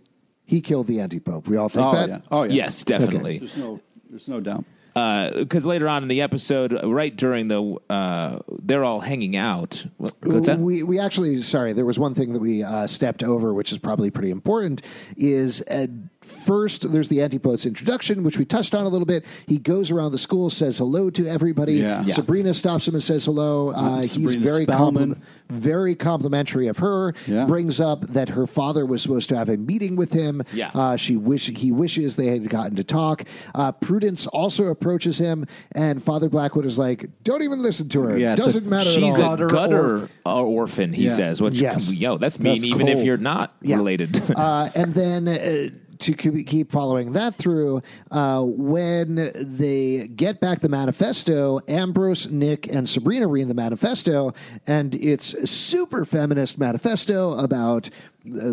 Speaker 2: he killed the anti-pope. We all think
Speaker 4: Oh
Speaker 2: that.
Speaker 4: yeah. Oh yeah.
Speaker 3: yes, definitely.
Speaker 4: There's no there's no doubt.
Speaker 3: because Uh, later on in the episode, right during the, uh, they're all hanging out. What- What's that?
Speaker 2: We we actually sorry. There was one thing that we uh, stepped over, which is probably pretty important. Is uh, first there's the antipode's introduction, which we touched on a little bit. He goes around the school, says hello to everybody.
Speaker 4: Yeah. Yeah.
Speaker 2: Sabrina stops him and says hello. Uh, he's
Speaker 4: Sabrina
Speaker 2: very
Speaker 4: Spellman.
Speaker 2: compli- very complimentary of her.
Speaker 4: Yeah.
Speaker 2: Brings up that her father was supposed to have a meeting with him.
Speaker 3: Yeah.
Speaker 2: Uh, she wish he wishes they had gotten to talk. Uh, Prudence also approaches him, and Father Blackwood is like, "Don't even listen to her.
Speaker 4: Yeah, it's a-
Speaker 2: Doesn't matter at all."
Speaker 3: She's a
Speaker 4: Gutter
Speaker 3: gutter
Speaker 4: orph-
Speaker 3: uh, orphan, he
Speaker 4: Yeah.
Speaker 3: says. Which,
Speaker 2: Yes.
Speaker 3: yo, that's mean,
Speaker 4: That's
Speaker 3: even if
Speaker 4: cold.
Speaker 3: you're not
Speaker 2: Yeah.
Speaker 3: related.
Speaker 2: uh, and then uh, to k- keep following that through, uh, when they get back the manifesto, Ambrose, Nick, and Sabrina read the manifesto, and it's a super feminist manifesto about uh,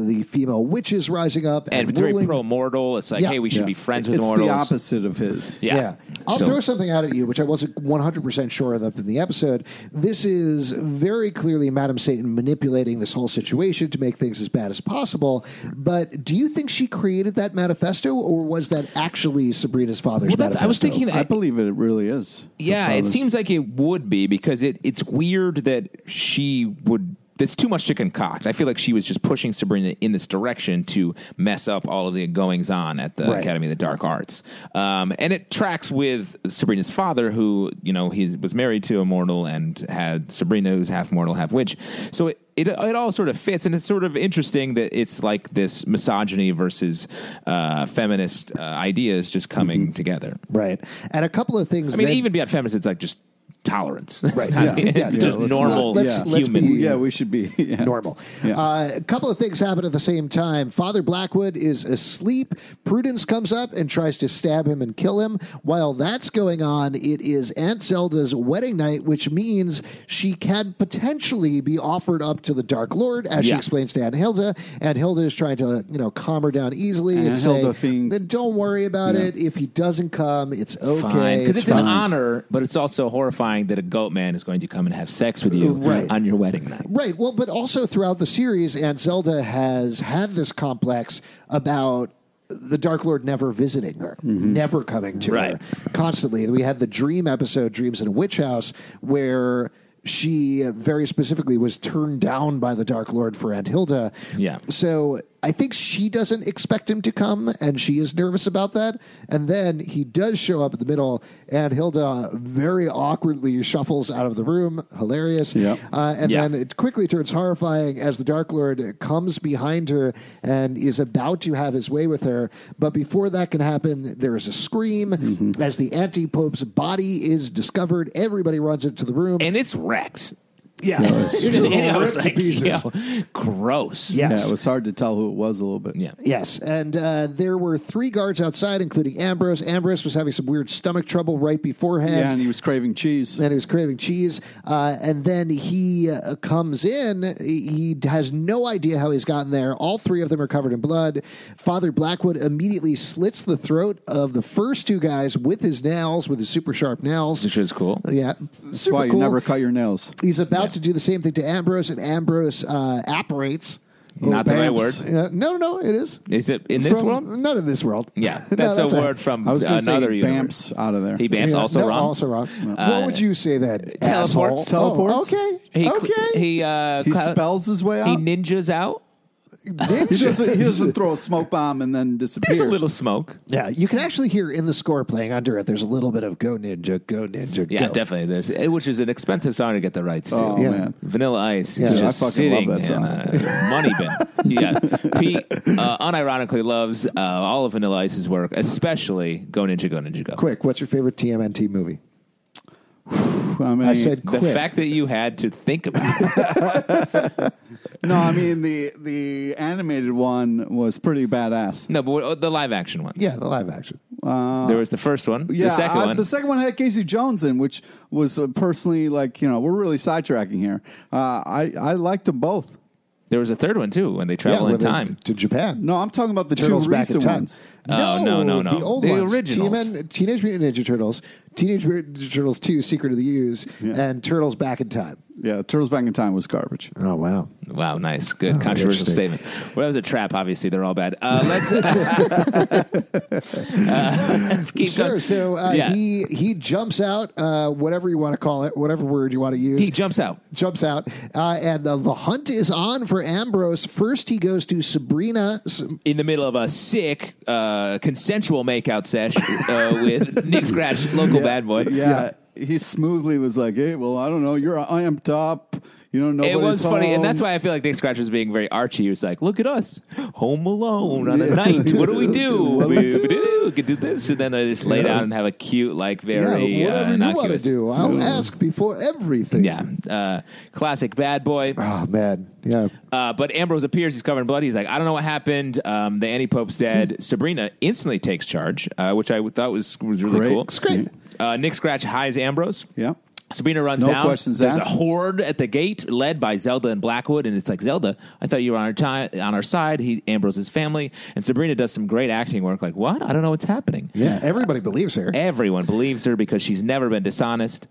Speaker 2: the female witches rising up and,
Speaker 3: and very
Speaker 2: ruling-
Speaker 3: pro mortal. It's like,
Speaker 2: Yeah.
Speaker 3: hey, we should
Speaker 4: Yeah.
Speaker 3: be friends with
Speaker 4: it's
Speaker 3: mortals.
Speaker 4: the opposite of his.
Speaker 3: Yeah.
Speaker 2: I'll
Speaker 3: So-
Speaker 2: throw something out at you, which I wasn't 100% sure of in the episode. This is very clearly Madam Satan manipulating this whole situation to make things as bad as possible. But do you think she created that manifesto, or was that actually Sabrina's
Speaker 3: Well,
Speaker 2: father's
Speaker 3: that's, I was
Speaker 2: manifesto?
Speaker 3: thinking that.
Speaker 4: I believe it really is.
Speaker 3: yeah,
Speaker 4: The
Speaker 3: it
Speaker 4: father's-
Speaker 3: seems like it would be because it, it's weird that she would. There's too much to concoct. I feel like she was just pushing Sabrina in this direction to mess up all of the goings on at the
Speaker 2: Right.
Speaker 3: Academy of the Dark Arts. Um, and it tracks with Sabrina's father, who you know he was married to a mortal and had Sabrina, who's half mortal, half witch. So it. It, it all sort of fits, and it's sort of interesting that it's like this misogyny versus uh, feminist uh, ideas just coming together.
Speaker 2: Right. And a couple of things.
Speaker 3: I mean,
Speaker 2: that-
Speaker 3: even beyond feminist, it's like just tolerance.
Speaker 2: Right.
Speaker 3: It's not-
Speaker 2: Yeah.
Speaker 3: it's
Speaker 2: Yeah,
Speaker 3: just
Speaker 4: yeah, let's
Speaker 3: normal
Speaker 2: not- let's- let's
Speaker 3: human.
Speaker 2: be-
Speaker 4: yeah, we should be yeah.
Speaker 2: normal.
Speaker 4: Yeah.
Speaker 2: Uh, a couple of things happen at the same time. Father Blackwood is asleep. Prudence comes up and tries to stab him and kill him. While that's going on, it is Aunt Zelda's wedding night, which means she can potentially be offered up to the Dark Lord, as she
Speaker 3: Yeah.
Speaker 2: explains to Aunt Hilda. Aunt Hilda is trying to, you know, calm her down easily and,
Speaker 4: Aunt
Speaker 2: say,
Speaker 4: Hilda being-
Speaker 2: "Then don't worry about
Speaker 4: Yeah.
Speaker 2: it. If he doesn't come, it's okay."
Speaker 3: fine because it's, an
Speaker 2: fine."
Speaker 3: honor, but it's also horrifying that a goat man is going to come and have sex with you
Speaker 2: Right.
Speaker 3: on your wedding night.
Speaker 2: Right. Well, but also throughout the series, Aunt Zelda has had this complex about the Dark Lord never visiting her, never coming to
Speaker 3: Mm-hmm. Right.
Speaker 2: her constantly. We had the dream episode, Dreams in a Witch House, where she very specifically was turned down by the Dark Lord for Aunt Hilda.
Speaker 3: Yeah.
Speaker 2: So I think she doesn't expect him to come, and she is nervous about that. And then he does show up at the middle, and Hilda very awkwardly shuffles out of the room. Hilarious.
Speaker 4: Yep.
Speaker 2: Uh, and
Speaker 3: Yeah.
Speaker 2: then it quickly turns horrifying as the Dark Lord comes behind her and is about to have his way with her. But before that can happen, there is a scream as the anti pope's body is discovered. Everybody runs into the room.
Speaker 3: And it's wrecked.
Speaker 2: yeah, it's
Speaker 3: And I
Speaker 2: ripped
Speaker 3: was
Speaker 2: to
Speaker 3: like,
Speaker 2: pieces.
Speaker 3: yo, gross.
Speaker 2: Yes.
Speaker 4: Yeah, it was hard to tell who it was a little bit.
Speaker 3: Yeah.
Speaker 2: Yes, and uh, there were three guards outside, including Ambrose. Ambrose was having some weird stomach trouble right beforehand.
Speaker 4: Yeah, and he was craving cheese.
Speaker 2: And he was craving cheese. Uh, and then he uh, comes in. He he has no idea how he's gotten there. All three of them are covered in blood. Father Blackwood immediately slits the throat of the first two guys with his nails, with his super sharp nails.
Speaker 3: Which was cool.
Speaker 2: Yeah.
Speaker 4: That's why you never cut your nails.
Speaker 2: He's about to do the same thing to Ambrose, and Ambrose uh, apparates.
Speaker 3: Not the right
Speaker 4: Babs.
Speaker 3: word.
Speaker 2: Uh, no, no, it is.
Speaker 3: Is it in this
Speaker 2: From-
Speaker 3: world?
Speaker 2: Not in this world.
Speaker 3: Yeah.
Speaker 2: No,
Speaker 3: That's, a
Speaker 2: all right.
Speaker 3: word from
Speaker 4: I was going to say
Speaker 3: another
Speaker 4: he
Speaker 3: universe.
Speaker 4: bamps out of there.
Speaker 3: He bamps
Speaker 2: Yeah,
Speaker 3: also
Speaker 2: no,
Speaker 3: wrong. Uh,
Speaker 2: Also wrong. what would you say then?
Speaker 3: teleports.
Speaker 2: asshole? Oh,
Speaker 4: Teleports?
Speaker 2: okay.
Speaker 3: He, cl-
Speaker 2: okay.
Speaker 3: He, uh,
Speaker 4: He
Speaker 3: cla-
Speaker 4: spells his way
Speaker 3: He
Speaker 4: out.
Speaker 3: ninjas out.
Speaker 4: He doesn't, he doesn't throw a smoke bomb and then disappear.
Speaker 3: There's a little smoke.
Speaker 2: yeah, you can actually hear in the score playing under it. There's a little bit of go ninja, go ninja,
Speaker 3: Yeah,
Speaker 2: go.
Speaker 3: definitely. There's eh, which is an expensive song to get the rights to.
Speaker 4: Oh,
Speaker 2: Yeah.
Speaker 4: man.
Speaker 3: Vanilla Ice is
Speaker 2: Yeah,
Speaker 3: just
Speaker 4: I fucking
Speaker 3: sitting
Speaker 4: love that
Speaker 3: in a money bin. Yeah, Pete uh, unironically loves uh, all of Vanilla Ice's work, especially Go Ninja Go Ninja Go.
Speaker 2: Quick, what's your favorite TMNT movie?
Speaker 4: I, mean,
Speaker 2: I said
Speaker 3: The
Speaker 2: quick.
Speaker 3: fact that you had to think about it.
Speaker 4: no. I mean the the animated one was pretty badass.
Speaker 3: no, but uh, the live action ones.
Speaker 2: yeah, the live action.
Speaker 3: there was the first one,
Speaker 4: Yeah,
Speaker 3: the second
Speaker 4: I-
Speaker 3: one.
Speaker 4: The second one had Casey Jones in, which was uh, personally like you know we're really sidetracking here. Uh, I I liked them both.
Speaker 3: there was a third one too when they
Speaker 2: Yeah,
Speaker 3: travel
Speaker 2: when
Speaker 3: in
Speaker 2: they-
Speaker 3: time.
Speaker 2: to Japan.
Speaker 4: No, I'm talking about the
Speaker 2: Turtles
Speaker 4: two
Speaker 2: back in
Speaker 4: recent
Speaker 2: time.
Speaker 4: ones.
Speaker 3: Oh, no, no, no.
Speaker 2: The old
Speaker 3: The
Speaker 2: ones.
Speaker 3: originals.
Speaker 2: TMN Teenage Mutant Ninja Turtles, Teenage Mutant Ninja Turtles 2, Secret of the Use, and Turtles Back in Time.
Speaker 4: Yeah, Turtles Back in Time was garbage.
Speaker 2: Oh, wow.
Speaker 3: Wow, nice, good controversial
Speaker 2: interesting.
Speaker 3: statement. Well, that was a trap. Obviously, they're all bad. Uh, let's Uh, let's keep
Speaker 2: Sure.
Speaker 3: going.
Speaker 2: So uh,
Speaker 3: Yeah.
Speaker 2: he he jumps out, uh, whatever you want to call it, whatever word you want to use.
Speaker 3: He jumps out.
Speaker 2: Jumps out, uh, and the, the hunt is on for Ambrose. First, he goes to Sabrina. S-
Speaker 3: in the middle of a sick uh, consensual makeout sesh uh, with Nick Scratch, local bad boy.
Speaker 4: Yeah, he smoothly was like, "Hey, well, I don't know. You're I am top. You know, nobody's
Speaker 3: It was funny, and
Speaker 4: home."
Speaker 3: that's why I feel like Nick Scratch was being very Archie. He was like, "Look at us, home alone on a night. What do we do? we, we do? We could do this, and then I just lay down and have a cute, like, very uh,
Speaker 2: yeah, whatever you want to
Speaker 3: innocuous,
Speaker 2: do, I'll ask before everything.
Speaker 3: yeah, uh, classic bad boy."
Speaker 2: Oh man. Yeah.
Speaker 3: Uh, but Ambrose appears. He's covered in blood. He's like, I don't know what happened. Um, the Annie Pope's
Speaker 4: Hmm.
Speaker 3: dead. Sabrina instantly takes charge, uh, which I thought was was really
Speaker 4: Great.
Speaker 3: cool.
Speaker 4: It's great.
Speaker 3: Uh, Nick Scratch hides Ambrose.
Speaker 4: Yeah.
Speaker 3: Sabrina runs
Speaker 4: No
Speaker 3: down.
Speaker 4: questions
Speaker 3: There's
Speaker 4: asked.
Speaker 3: a horde at the gate led by Zelda and Blackwood, and it's like Zelda. I thought you were on our ti on our side. He Ambrose's family, and Sabrina does some great acting work. Like, what? I don't know what's happening.
Speaker 2: Yeah. Everybody believes her.
Speaker 3: Everyone believes her because she's never been dishonest.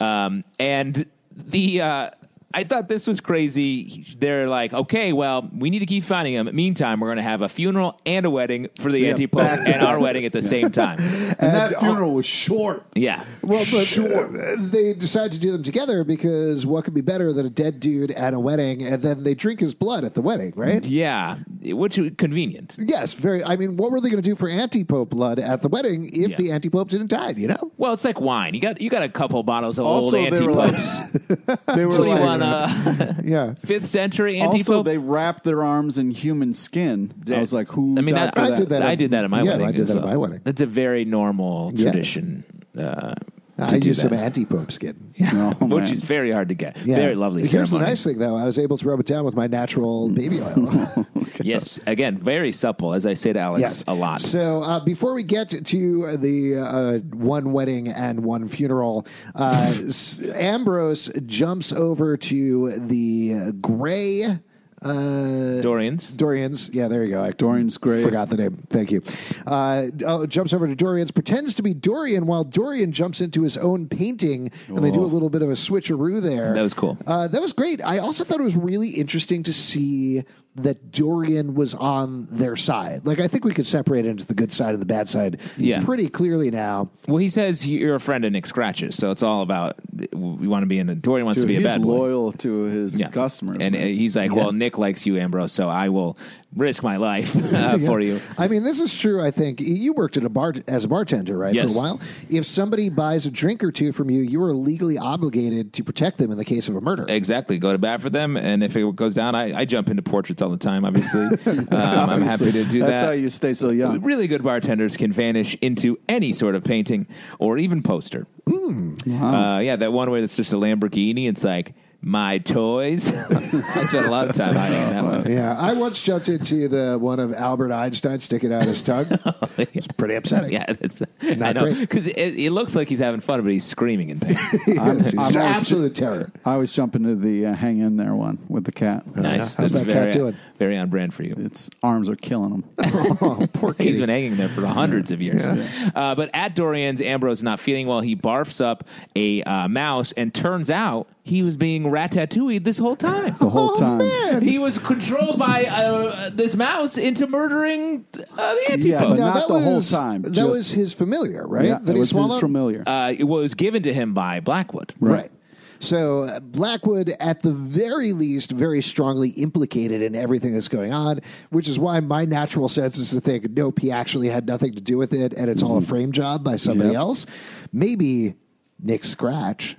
Speaker 3: Um, and the uh, I thought this was crazy. They're like, okay, well, we need to keep finding him. Meantime, we're going to have a funeral and a wedding for the
Speaker 4: Yeah,
Speaker 3: anti pope
Speaker 4: back to
Speaker 3: and our wedding at the same time.
Speaker 4: And
Speaker 3: uh,
Speaker 4: that funeral was short.
Speaker 3: Yeah.
Speaker 2: Well, but uh, they decide to do them together because what could be better than a dead dude at a wedding, and then they drink his blood at the wedding, right?
Speaker 3: Yeah. Which is convenient.
Speaker 2: Yes, very. I mean, what were they going to do for anti pope blood at the wedding if
Speaker 3: Yeah.
Speaker 2: the anti pope didn't die? You know,
Speaker 3: Well, it's like wine. You got you got a couple bottles of old
Speaker 4: Also, they
Speaker 3: anti
Speaker 4: were like,
Speaker 3: popes.
Speaker 4: they were
Speaker 3: you
Speaker 4: like,
Speaker 3: want a
Speaker 2: yeah.
Speaker 3: fifth century anti
Speaker 4: also
Speaker 3: pope?
Speaker 4: they wrapped their arms in human skin. I was like, who?
Speaker 3: I mean,
Speaker 4: died
Speaker 3: that,
Speaker 4: for
Speaker 3: I
Speaker 4: that?
Speaker 3: did that. I did that at my
Speaker 2: yeah,
Speaker 3: wedding.
Speaker 2: I did
Speaker 3: as
Speaker 2: that at
Speaker 3: well.
Speaker 2: my wedding.
Speaker 3: That's a very normal
Speaker 2: Yeah.
Speaker 3: tradition. Uh,
Speaker 2: I
Speaker 3: to do
Speaker 2: used some
Speaker 3: that.
Speaker 2: anti pope skin.
Speaker 4: Oh,
Speaker 3: which
Speaker 4: man.
Speaker 3: is very hard to get.
Speaker 2: Yeah.
Speaker 3: Very lovely
Speaker 2: Here's
Speaker 3: ceremony.
Speaker 2: the nice thing, though. I was able to rub it down with my natural baby oil.
Speaker 3: Yes, again, very supple, as I say to Alex a lot.
Speaker 2: So uh, before we get to the uh, one wedding and one funeral, uh, S- Ambrose jumps over to the gray uh,
Speaker 3: Dorian's.
Speaker 2: Dorian's. Yeah, there you go. I
Speaker 4: Dorian's grave.
Speaker 2: Forgot the name. Thank you. Uh, oh, jumps over to Dorian's, pretends to be Dorian, while Dorian jumps into his own painting, and they do a little bit of a switcheroo there.
Speaker 3: Oh. That was cool.
Speaker 2: Uh, that was great. I also thought it was really interesting to see that Dorian was on their side. Like, I think we could separate into the good side and the bad side
Speaker 3: Yeah.
Speaker 2: pretty clearly now.
Speaker 3: Well, he says you're a friend of Nick Scratches, so it's all about we want to be in the Dorian wants to
Speaker 4: Dude,
Speaker 3: be a
Speaker 4: he's
Speaker 3: bad boy.
Speaker 4: loyal to his
Speaker 3: Yeah.
Speaker 4: customers.
Speaker 3: and uh,
Speaker 4: man.
Speaker 3: he's like, "Well, Nick likes you, Ambrose, so I will risk my life uh, for you."
Speaker 2: I mean, this is true. I think you worked at a bar as a bartender, right?
Speaker 3: Yes.
Speaker 2: For a while. If somebody buys a drink or two from you, you are legally obligated to protect them in the case of a murder.
Speaker 3: Exactly. Go to bat for them, and if it goes down, I, I jump into portraits all the time. Obviously, um, I'm happy to do
Speaker 4: That's
Speaker 3: that.
Speaker 4: how you stay so young.
Speaker 3: Really good bartenders can vanish into any sort of painting or even poster.
Speaker 2: Hmm.
Speaker 3: Uh, yeah, that one where it's just a Lamborghini. It's like my toys. I spent a lot of time hiding in that one.
Speaker 2: Yeah, I once jumped into the one of Albert Einstein sticking out his tongue.
Speaker 4: Oh,
Speaker 2: It's pretty upsetting.
Speaker 3: Yeah, that's,
Speaker 2: Not
Speaker 3: I know
Speaker 2: great.
Speaker 3: because it, it looks like he's having fun, but he's screaming in pain.
Speaker 4: I'm,
Speaker 2: It's
Speaker 4: I'm always,
Speaker 2: absolute terror.
Speaker 4: I always jump into the uh, hang in there one with the cat. Uh,
Speaker 3: nice.
Speaker 2: How's
Speaker 3: That's
Speaker 2: that
Speaker 3: very,
Speaker 2: cat doing?
Speaker 3: very on brand for you.
Speaker 4: Its arms are killing him.
Speaker 2: Oh, poor kitty.
Speaker 3: He's been hanging there for hundreds of years. Uh, but at Dorian's, Ambrose not feeling well. He barfs up a uh, mouse, and turns out he was being ratatouille this whole time.
Speaker 4: The whole time.
Speaker 3: He was controlled by uh, this mouse into murdering uh, the antipope.
Speaker 4: Yeah, but
Speaker 2: Now,
Speaker 4: not
Speaker 2: that
Speaker 4: the whole
Speaker 2: was-
Speaker 4: time,
Speaker 2: That
Speaker 4: just-
Speaker 2: was his familiar, right?
Speaker 4: Yeah,
Speaker 2: that
Speaker 4: it
Speaker 2: he
Speaker 4: was his
Speaker 2: swallowed?
Speaker 4: familiar.
Speaker 3: uh, it was given to him by Blackwood.
Speaker 2: Right. So uh, Blackwood, at the very least, very strongly implicated in everything that's going on, which is why my natural sense is to think, nope, he actually had nothing to do with it, and it's
Speaker 4: Mm-hmm.
Speaker 2: all a frame job by somebody
Speaker 4: Yep.
Speaker 2: else. Maybe Nick Scratch.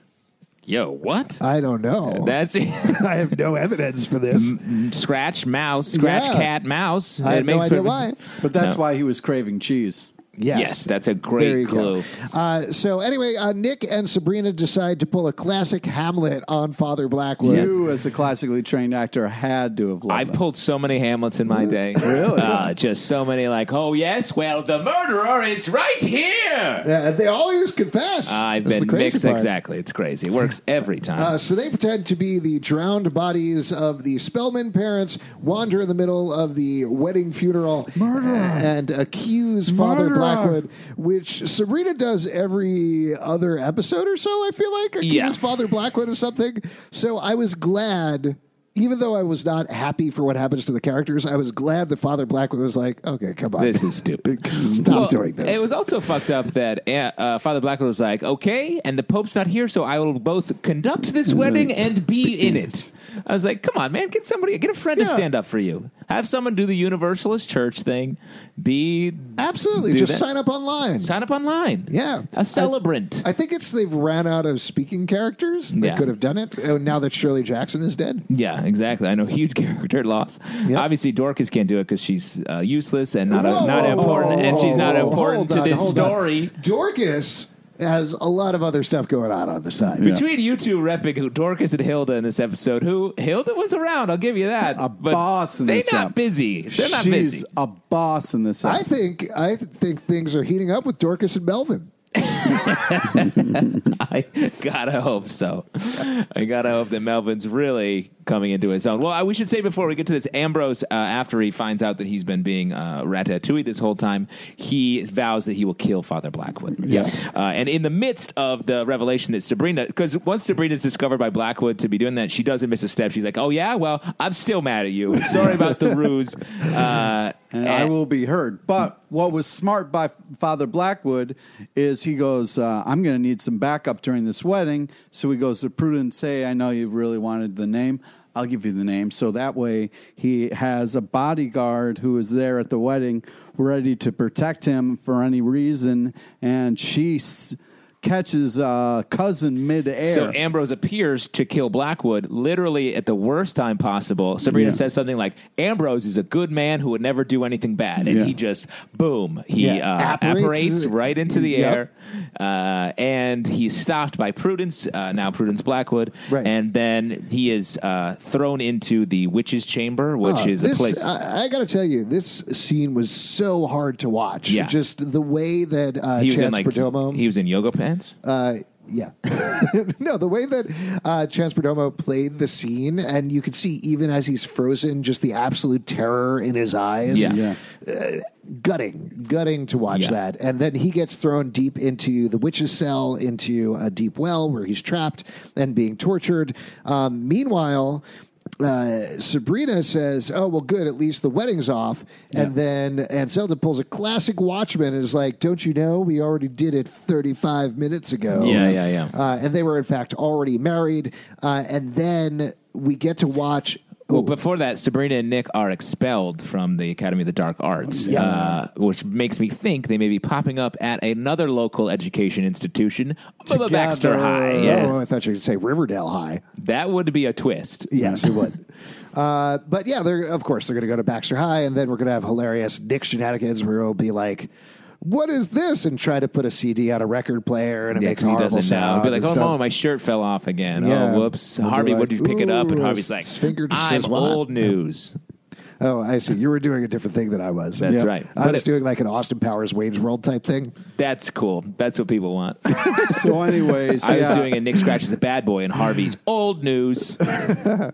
Speaker 3: Yo, what?
Speaker 2: I don't know.
Speaker 3: That's
Speaker 2: I have no evidence for this.
Speaker 3: Scratch Mouse, Scratch
Speaker 2: Yeah.
Speaker 3: Cat Mouse.
Speaker 2: I
Speaker 3: It
Speaker 2: have no
Speaker 3: makes
Speaker 2: idea
Speaker 3: perfect-
Speaker 2: why.
Speaker 4: but that's
Speaker 3: No.
Speaker 4: why he was craving cheese.
Speaker 2: Yes,
Speaker 3: Yes, that's a great
Speaker 2: There you
Speaker 3: clue.
Speaker 2: go. Uh, so anyway, uh, Nick and Sabrina decide to pull a classic Hamlet on Father Blackwood.
Speaker 4: You, as a classically trained actor, had to have loved
Speaker 3: I've
Speaker 4: that.
Speaker 3: pulled so many Hamlets in my day. Really? Uh, just so many, like, oh, yes, well, the murderer is right here.
Speaker 2: Yeah, they always confess.
Speaker 3: I've
Speaker 2: That's
Speaker 3: been
Speaker 2: the crazy
Speaker 3: mixed.
Speaker 2: part.
Speaker 3: Exactly. It's crazy. It works every time.
Speaker 2: Uh, so they pretend to be the drowned bodies of the Spellman parents, wander in the middle of the wedding funeral,
Speaker 4: Murderer.
Speaker 2: and accuse Father
Speaker 4: Murderer.
Speaker 2: Blackwood, which Sabrina does every other episode or so. I feel like accuse
Speaker 3: Yeah.
Speaker 2: Father Blackwood of something. So I was glad. Even though I was not happy for what happens to the characters, I was glad that Father Blackwood was like, "Okay, come on,
Speaker 3: This is stupid.
Speaker 2: Stop
Speaker 3: Well,
Speaker 2: doing this."
Speaker 3: It was also fucked up that uh, uh, Father Blackwood was like, okay, and the Pope's not here, so I will both conduct this wedding and be in it. I was like, come on, man, get somebody, get a friend to
Speaker 2: Yeah.
Speaker 3: stand up for you. Have someone do the Universalist Church thing. Be
Speaker 2: Absolutely,
Speaker 3: Do
Speaker 2: just
Speaker 3: that.
Speaker 2: sign up online.
Speaker 3: sign up online.
Speaker 2: Yeah. I-
Speaker 3: a celebrant.
Speaker 2: I think it's they've ran out of speaking characters that
Speaker 3: Yeah.
Speaker 2: could have done it. Oh, now that Shirley Jackson is dead,
Speaker 3: yeah, exactly. I know huge character loss.
Speaker 2: Yeah.
Speaker 3: Obviously, Dorcas can't do it because she's uh, useless and not
Speaker 2: Whoa,
Speaker 3: not
Speaker 2: whoa,
Speaker 3: important,
Speaker 2: whoa,
Speaker 3: and she's not
Speaker 2: whoa, whoa.
Speaker 3: important
Speaker 2: Hold
Speaker 3: to
Speaker 2: on,
Speaker 3: this
Speaker 2: hold on.
Speaker 3: story.
Speaker 2: Dorcas has a lot of other stuff going on on the side.
Speaker 3: Between you two repping who Dorcas and Hilda in this episode, who Hilda was around, I'll give you that.
Speaker 4: A boss in
Speaker 3: They're
Speaker 4: this
Speaker 3: not
Speaker 4: ep-
Speaker 3: busy. They're not
Speaker 4: She's
Speaker 3: busy.
Speaker 4: a boss in this.
Speaker 2: I
Speaker 4: act.
Speaker 2: think I think things are heating up with Dorcas and Melvin.
Speaker 3: I gotta hope so. I gotta hope that Melvin's really coming into his own. Well, I, we should say before we get to this, Ambrose, uh, after he finds out that he's been being uh, ratatouille this whole time, he vows that he will kill Father Blackwood.
Speaker 4: Yes.
Speaker 3: Uh, and in the midst of the revelation that Sabrina, because once Sabrina's discovered by Blackwood to be doing that, she doesn't miss a step. She's like, oh, yeah, well, I'm still mad at you. Sorry about the ruse. Uh,
Speaker 4: and I will be heard. But what was smart by Father Blackwood is he goes, uh, I'm going to need some backup during this wedding. So he goes to Prudence, hey, I know you really wanted the name. I'll give you the name. So that way he has a bodyguard who is there at the wedding ready to protect him for any reason. And she s- catches uh, cousin midair.
Speaker 3: So Ambrose appears to kill Blackwood literally at the worst time possible. Sabrina
Speaker 4: Yeah.
Speaker 3: says something like, "Ambrose is a good man who would never do anything bad," and
Speaker 4: Yeah.
Speaker 3: he just boom, he
Speaker 2: Yeah.
Speaker 3: uh,
Speaker 2: Apparates.
Speaker 3: apparates right into the
Speaker 2: Yep.
Speaker 3: air, uh, and he's stopped by Prudence, uh, now Prudence Blackwood,
Speaker 2: Right.
Speaker 3: and then he is uh, thrown into the witch's chamber, which
Speaker 2: Uh,
Speaker 3: is
Speaker 2: this,
Speaker 3: a place.
Speaker 2: I, I got to tell you, this scene was so hard to watch.
Speaker 3: Yeah.
Speaker 2: Just the way that uh,
Speaker 3: he was
Speaker 2: Chance
Speaker 3: in like
Speaker 2: Perdomo.
Speaker 3: he was in yoga pants.
Speaker 2: uh, yeah. no, the way that uh, Chance Perdomo played the scene, and you could see even as he's frozen, just the absolute terror in his eyes.
Speaker 3: Yeah.
Speaker 4: yeah.
Speaker 2: Gutting, gutting to watch
Speaker 3: Yeah.
Speaker 2: that. And then he gets thrown deep into the witch's cell, into a deep well where he's trapped and being tortured. Um, meanwhile, uh, Sabrina says, Oh, well, good. At least the wedding's off. And then Aunt Zelda pulls a classic Watchman and is like, Don't you know? We already did it 35 minutes ago.
Speaker 3: Yeah, yeah, yeah.
Speaker 2: Uh, and they were, in fact, already married. Uh, and then we get to watch.
Speaker 3: Well, before that, Sabrina and Nick are expelled from the Academy of the Dark Arts,
Speaker 2: Yeah.
Speaker 3: uh, which makes me think they may be popping up at another local education institution,
Speaker 4: Together.
Speaker 3: Baxter High. Yeah.
Speaker 2: Oh, I thought you were going to say Riverdale High.
Speaker 3: That would be a twist.
Speaker 2: Yes, it would. Uh, but yeah, they're of course they're going to go to Baxter High, and then we're going to have hilarious Nick shenanigans where it'll be like, "What is this?" and try to put a CD on a record player, and it
Speaker 3: Yeah,
Speaker 2: makes
Speaker 3: 'cause he
Speaker 2: horrible
Speaker 3: doesn't know.
Speaker 2: sound.
Speaker 3: He'd be like,
Speaker 2: and
Speaker 3: "Oh
Speaker 2: stuff."
Speaker 3: no, my shirt fell off again.
Speaker 2: Yeah.
Speaker 3: Oh, whoops,
Speaker 2: They'll be
Speaker 3: Harvey,
Speaker 2: like,
Speaker 3: what did you pick it up?" And
Speaker 2: "Ooh,
Speaker 3: Harvey's like,
Speaker 2: his finger just
Speaker 3: "I'm
Speaker 2: says what?"
Speaker 3: old news."
Speaker 2: Oh, I see. You were doing a different thing than I was.
Speaker 3: That's right.
Speaker 2: I
Speaker 3: But
Speaker 2: was
Speaker 3: it-
Speaker 2: doing like an Austin Powers Wayne's World type thing.
Speaker 3: That's cool. That's what people want.
Speaker 4: So, anyways,
Speaker 3: I was
Speaker 4: yeah.
Speaker 3: doing a Nick scratches a bad boy, and Harvey's old news.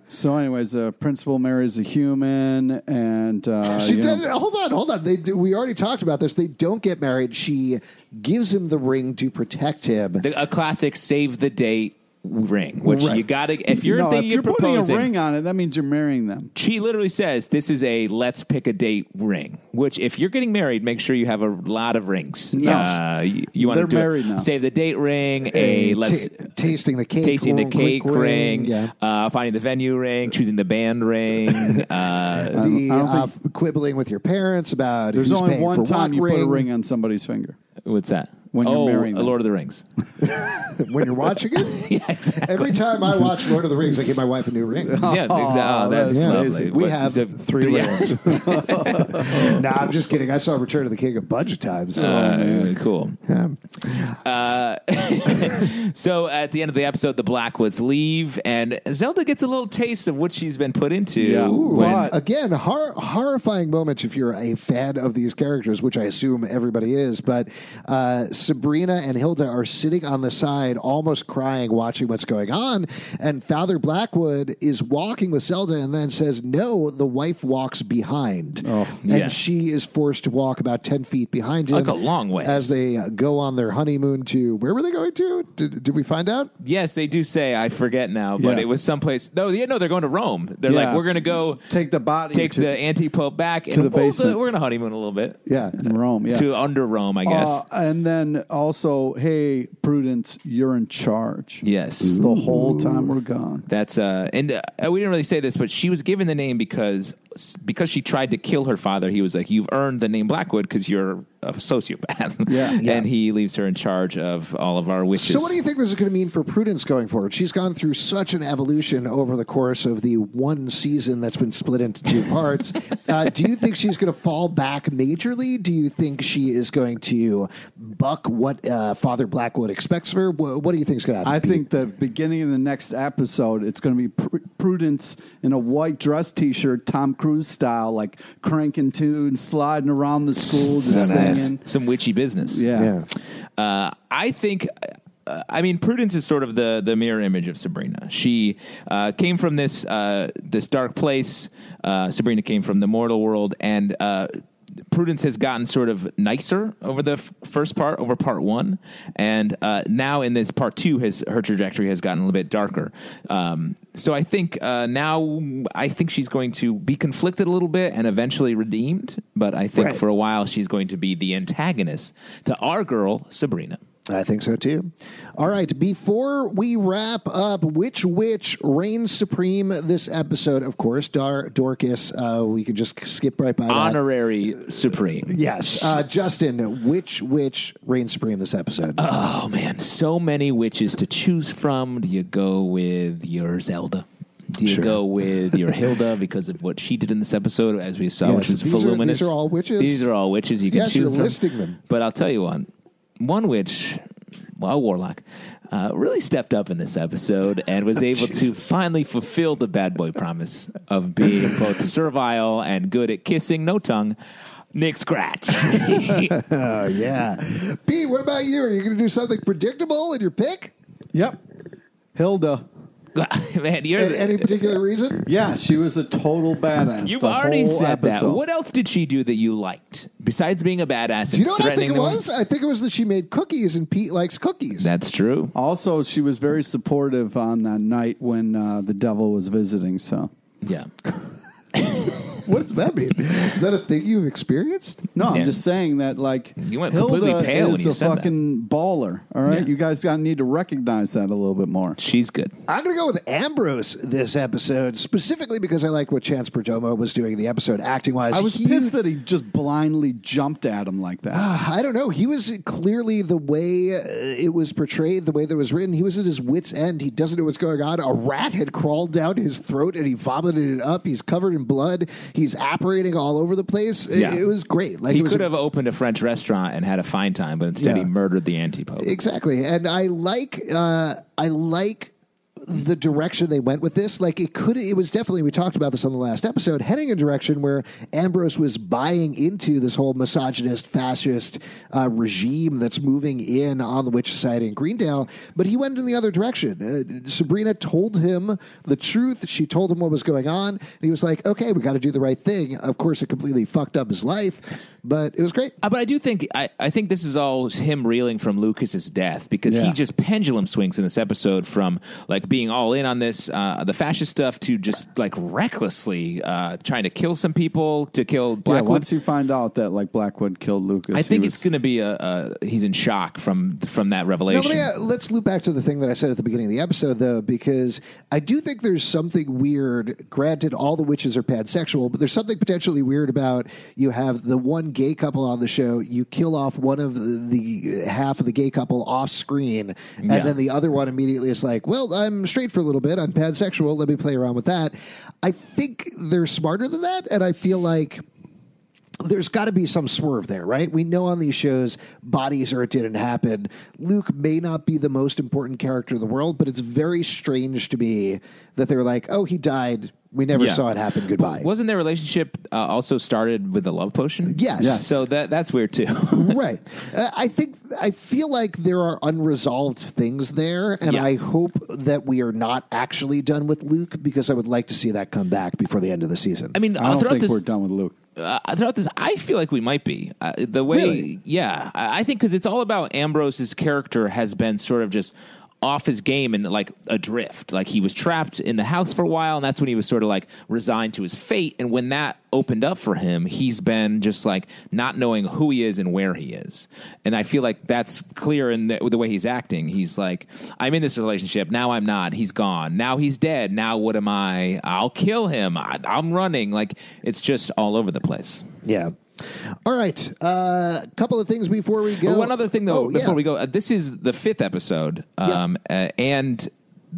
Speaker 4: So, anyways, the principal marries a human, and uh,
Speaker 2: She
Speaker 4: you know-
Speaker 2: doesn't. Hold on, hold on. They do, we already talked about this. They don't get married. She gives him the ring to protect him.
Speaker 3: the, a classic save the date ring, which
Speaker 2: Right.
Speaker 3: you gotta. If you're
Speaker 4: No,
Speaker 3: thinking
Speaker 4: if you're
Speaker 3: of
Speaker 4: putting
Speaker 3: proposing,
Speaker 4: a ring on it, that means you're marrying them.
Speaker 3: she literally says this is a let's pick a date ring. Which, if you're getting married, make sure you have a lot of rings.
Speaker 4: Yes.
Speaker 3: Uh, you, you want
Speaker 4: They're
Speaker 3: to do
Speaker 4: married
Speaker 3: it.
Speaker 4: now.
Speaker 3: save the date ring, a,
Speaker 2: A
Speaker 3: let's.
Speaker 2: ta- tasting the cake,
Speaker 3: Tasting the
Speaker 2: quick
Speaker 3: cake ring,
Speaker 2: Yeah.
Speaker 3: uh, finding the venue ring, choosing the band ring. Uh,
Speaker 2: the
Speaker 4: I don't
Speaker 2: uh, quibbling with your parents about
Speaker 4: There's
Speaker 2: who's
Speaker 4: only
Speaker 2: paying
Speaker 4: one
Speaker 2: for what
Speaker 4: time you
Speaker 2: ring
Speaker 4: put a ring on somebody's finger.
Speaker 3: what's that?
Speaker 4: When you're
Speaker 3: oh,
Speaker 4: marrying them.
Speaker 3: Lord of the Rings.
Speaker 2: when you're watching it. Every time I watch Lord of the Rings, I give my wife a new ring.
Speaker 3: yeah, exactly. Oh, that's
Speaker 4: that's
Speaker 3: lovely.
Speaker 4: amazing.
Speaker 2: We
Speaker 3: What-
Speaker 2: have
Speaker 3: so-
Speaker 2: three,
Speaker 3: yeah.
Speaker 2: rings. nah, I'm just kidding. I saw Return of the King a bunch of times.
Speaker 4: Oh,
Speaker 3: Uh, cool. Uh, so at the end of the episode, the Blackwoods leave, and Zelda gets a little taste of what she's been put into.
Speaker 4: Yeah. Ooh,
Speaker 3: when-
Speaker 4: what?
Speaker 2: Again, hor- horrifying moments if you're a fan of these characters, which I assume everybody is. But uh, Sabrina and Hilda are sitting on the side, almost crying, watching what's going on. And Father Blackwood is walking with Zelda and then says, No, the wife walks behind. and
Speaker 3: Oh, yeah.
Speaker 2: she is forced to walk about 10 feet behind him.
Speaker 3: Like a long ways.
Speaker 2: As they uh, go on their honeymoon to where were they going to? Did, did we find out?
Speaker 3: yes, they do say I forget now, but
Speaker 4: Yeah.
Speaker 3: it was someplace. No, yeah, no, they're going to Rome. They're
Speaker 4: Yeah.
Speaker 3: like, we're going to go
Speaker 4: Take the body
Speaker 3: take
Speaker 4: to-
Speaker 3: the anti pope back and
Speaker 4: the
Speaker 3: we'll-
Speaker 4: basement.
Speaker 3: we're going to honeymoon a little bit
Speaker 2: Yeah.
Speaker 4: In Rome, yeah.
Speaker 3: to under Rome, I guess.
Speaker 4: Uh, and then also, hey, Prudence, you're in charge.
Speaker 3: yes,
Speaker 4: The whole time we're gone.
Speaker 3: That's uh, and uh, we didn't really say this, but she was given the name because because she tried to kill her father. He was like, "You've earned the name Blackwood because you're a sociopath."
Speaker 4: Yeah. Yeah.
Speaker 3: and he leaves her in charge of all of our wishes.
Speaker 2: So, what do you think this is going to mean for Prudence going forward? She's gone through such an evolution over the course of the one season that's been split into two parts. uh, do you think she's going to fall back majorly? Do you think she is going to buck what uh, Father Blackwood expects of her? What, what do you think is going to happen?
Speaker 4: I think the beginning of the next episode, it's going to be Pr- Prudence in a white dress T-shirt, Tom Cruise style, like cranking tunes, sliding around the school, just
Speaker 3: So nice.
Speaker 4: singing.
Speaker 3: Some witchy business.
Speaker 4: Yeah.
Speaker 2: Yeah.
Speaker 3: Uh, I think. Uh, I mean, Prudence is sort of the, the mirror image of Sabrina. She uh, came from this uh, this dark place. Uh, Sabrina came from the mortal world, and uh, Prudence has gotten sort of nicer over the f- first part, over part one, and uh, now in this part two, has her trajectory has gotten a little bit darker. Um, so I think uh, now I think she's going to be conflicted a little bit and eventually redeemed. But I think
Speaker 2: Right.
Speaker 3: for a while she's going to be the antagonist to our girl Sabrina.
Speaker 2: I think so too. All right, before we wrap up, which witch reigns supreme this episode? Of course, Dar- Dorcas. Uh, we could just skip right by that.
Speaker 3: Honorary supreme.
Speaker 2: Yes, uh, Justin. Which witch reigns supreme this episode?
Speaker 3: Oh man, so many witches to choose from. Do you go with your Zelda? Do you
Speaker 2: Sure.
Speaker 3: go with your Hilda because of what she did in this episode, as we saw,
Speaker 2: Yes,
Speaker 3: which was
Speaker 2: these are- these
Speaker 3: voluminous?
Speaker 2: are all witches.
Speaker 3: These are all witches. You can
Speaker 2: Yes,
Speaker 3: choose
Speaker 2: you're
Speaker 3: from.
Speaker 2: listing them.
Speaker 3: But I'll tell you one. One witch, well, warlock, uh, really stepped up in this episode and was able to finally fulfill the bad boy promise of being both servile and good at kissing, no tongue. Nick Scratch.
Speaker 2: Oh yeah, Pete. What about you? Are you going to do something predictable in your pick?
Speaker 4: Yep. Hilda.
Speaker 3: Man, you're
Speaker 2: A- Any particular reason?
Speaker 4: Yeah, she was a total badass.
Speaker 3: You've
Speaker 4: the
Speaker 3: already
Speaker 4: whole
Speaker 3: said that.
Speaker 4: episode.
Speaker 3: What else did she do that you liked besides being a badass?
Speaker 2: Do you know what I think
Speaker 3: threatening
Speaker 2: it
Speaker 3: the
Speaker 2: was? I think it was that she made cookies, and Pete likes cookies.
Speaker 3: That's true.
Speaker 4: Also, she was very supportive on that night when uh, the devil was visiting. So,
Speaker 3: Yeah.
Speaker 2: what does that mean? Is that a thing you've experienced?
Speaker 4: no,
Speaker 3: Yeah.
Speaker 4: I'm just saying that, like,
Speaker 3: You went
Speaker 4: Hilda
Speaker 3: completely pale when
Speaker 4: is
Speaker 3: you
Speaker 4: a
Speaker 3: said that.
Speaker 4: fucking baller. All right,
Speaker 3: Yeah.
Speaker 4: you guys got need to recognize that a little bit more.
Speaker 3: She's good.
Speaker 2: I'm going to go with Ambrose this episode, specifically because I like what Chance Perdomo was doing in the episode acting wise.
Speaker 4: I was pissed that he just blindly jumped at him like
Speaker 3: Ah,
Speaker 4: that.
Speaker 2: I don't know. He was clearly the way uh, it was portrayed, the way that it was written. He was at his wits' end. He doesn't know what's going on. A rat had crawled down his throat and he vomited it up. He's covered in blood. He's apparating all over the place. It-
Speaker 3: Yeah.
Speaker 2: It, was great. Like
Speaker 3: He
Speaker 2: it was
Speaker 3: could have opened a French restaurant and had a fine time, but instead
Speaker 2: Yeah.
Speaker 3: he murdered the antipope.
Speaker 2: exactly. And I like uh, I like the direction they went with this. Like it could it was definitely we talked about this on the last episode, heading a direction where Ambrose was buying into this whole misogynist fascist uh, regime that's moving in on the witch society in Greendale, but he went in the other direction. Uh, Sabrina told him the truth. She told him what was going on, and he was like, "Okay, we got to do the right thing." Of course, it completely fucked up his life, but it was great.
Speaker 3: Uh, but I do think I, I think this is all him reeling from Lucas's death because
Speaker 2: Yeah.
Speaker 3: he just pendulum swings in this episode from like being all in on this uh, the fascist stuff to just like recklessly uh, trying to kill some people to kill
Speaker 4: yeah,
Speaker 3: Blackwood.
Speaker 4: once you find out that like Blackwood killed Lucas,
Speaker 3: I
Speaker 4: he
Speaker 3: think
Speaker 4: was-
Speaker 3: it's going to be a, a he's in shock from from that
Speaker 2: No,
Speaker 3: revelation.
Speaker 2: but yeah, uh, let's loop back to the thing that I said at the beginning of the episode, though, because I do think there's something weird. Granted, all the witches are pansexual, but there's something potentially weird about you have the one gay couple on the show, you kill off one of the, the half of the gay couple off screen, and
Speaker 3: Yeah.
Speaker 2: then the other one immediately is like, well, I'm straight for a little bit, I'm pansexual, let me play around with that. I think they're smarter than that, and I feel like there's got to be some swerve there, right? We know on these shows bodies or it didn't happen. Luke may not be the most important character in the world, but it's very strange to me that they were like, "Oh, he died. We never
Speaker 3: Yeah.
Speaker 2: saw it happen. Goodbye."
Speaker 3: Wasn't their relationship uh, also started with a love potion?
Speaker 2: Yes. Yes.
Speaker 3: So that that's weird too.
Speaker 2: right. Uh, I think I feel like there are unresolved things there, and
Speaker 3: Yeah.
Speaker 2: I hope that we are not actually done with Luke because I would like to see that come back before the end of the season.
Speaker 3: I mean,
Speaker 4: I
Speaker 3: uh,
Speaker 4: don't
Speaker 3: throughout
Speaker 4: think
Speaker 3: this,
Speaker 4: we're done with Luke.
Speaker 3: uh, throughout this, I feel like we might be uh, the way.
Speaker 2: Really?
Speaker 3: Yeah, I, I think because it's all about Ambrose's character has been sort of just off his game and like adrift. Like he was trapped in the house for a while, and that's when he was sort of like resigned to his fate. And when that opened up for him, he's been just like not knowing who he is and where he is. And I feel like that's clear in the, the way he's acting. He's like, I'm in this relationship. Now I'm not. He's gone. Now he's dead. Now what am I? I'll kill him. I, I'm running. Like it's just all over the place.
Speaker 2: yeah. All right. A uh, couple of things before we go.
Speaker 3: But one other Oh, thing, though,
Speaker 2: Oh,
Speaker 3: before
Speaker 2: yeah.
Speaker 3: we go, uh, this is the fifth episode, um, uh, and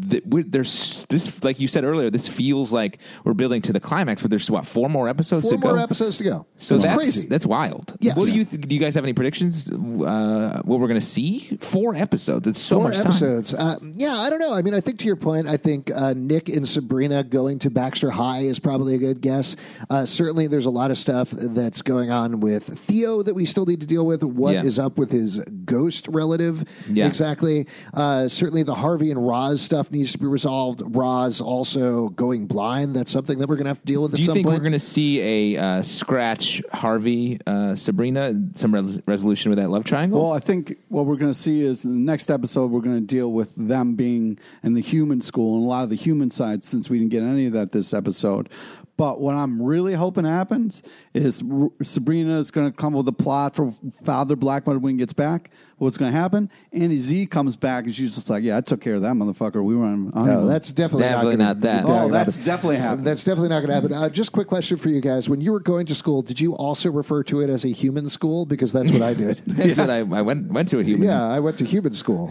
Speaker 3: th- we're, there's this, like you said earlier, this feels like we're building to the climax, but there's what four more episodes
Speaker 2: Four
Speaker 3: to
Speaker 2: more
Speaker 3: go.
Speaker 2: episodes to go.
Speaker 3: So
Speaker 2: it's
Speaker 3: that's
Speaker 2: crazy.
Speaker 3: That's wild.
Speaker 2: Yes.
Speaker 3: What do you th- do? You guys have any predictions? Uh, what we're going to see? Four episodes. It's so
Speaker 2: Four
Speaker 3: much time.
Speaker 2: episodes. Uh, yeah, I don't know. I mean, I think to your point, I think uh, Nick and Sabrina going to Baxter High is probably a good guess. Uh, certainly, there's a lot of stuff that's going on with Theo that we still need to deal with. What is
Speaker 3: Yeah.
Speaker 2: up with his ghost relative?
Speaker 3: Yeah.
Speaker 2: Exactly. Uh, certainly, the Harvey and Roz stuff needs to be resolved. Roz also going blind. That's something that we're going to have to deal with
Speaker 3: Do
Speaker 2: at
Speaker 3: you
Speaker 2: some
Speaker 3: think
Speaker 2: point.
Speaker 3: we're going to see a uh, scratch Harvey uh, Sabrina some res- resolution with that love triangle?
Speaker 4: Well, I think what we're going to see is in the next episode, we're going to deal with them being in the human school and a lot of the human side since we didn't get any of that this episode. But what I'm really hoping happens is R- Sabrina is going to come with a plot for Father Blackwood when he gets back. What's going to happen? Annie Z comes back and she's just like, "Yeah, I took care of that motherfucker. We were on."
Speaker 2: No, Oh, that's definitely,
Speaker 3: Definitely
Speaker 2: not,
Speaker 3: not
Speaker 2: gonna,
Speaker 3: that.
Speaker 2: gonna
Speaker 4: Oh, that's
Speaker 2: happen.
Speaker 4: definitely happening.
Speaker 2: That's definitely not going to happen. Uh, just quick question for you guys: When you were going to school, did you also refer to it as a human school? Because that's what I did.
Speaker 3: That's what I, I went went to a human.
Speaker 2: yeah, I went to human school.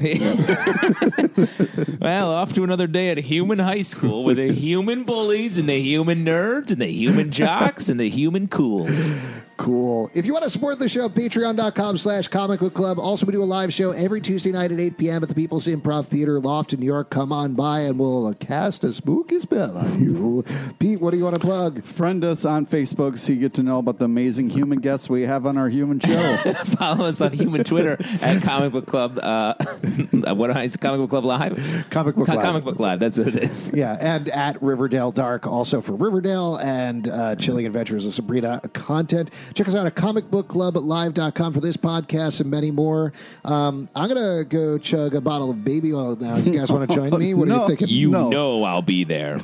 Speaker 3: Well, off to another day at human high school with the human bullies and the human nerds and the human jocks and the human cools.
Speaker 2: Cool. If you want to support the show, patreon.com slash comic book club. Also, we do a live show every Tuesday night at 8 p.m. at the People's Improv Theater Loft in New York. Come on by and we'll cast a spooky spell on you. Pete, what do you want to plug?
Speaker 4: Friend us on Facebook so you get to know about the amazing human guests we have on our human show.
Speaker 3: Follow us on human Twitter at Comic Book Club. Uh, what am I? Comic Book Club Live.
Speaker 2: Comic Book Live.
Speaker 3: Comic Book Live. That's what it is.
Speaker 2: Yeah, and at Riverdale Dark, also for Riverdale and uh, Chilling Adventures of Sabrina content. Check us out at comicbookclublive.com for this podcast and many more. Um, I'm going to go chug a bottle of baby oil now. You guys want to join me? What are you
Speaker 4: No.
Speaker 2: thinking?
Speaker 3: You
Speaker 4: No.
Speaker 3: know I'll be there.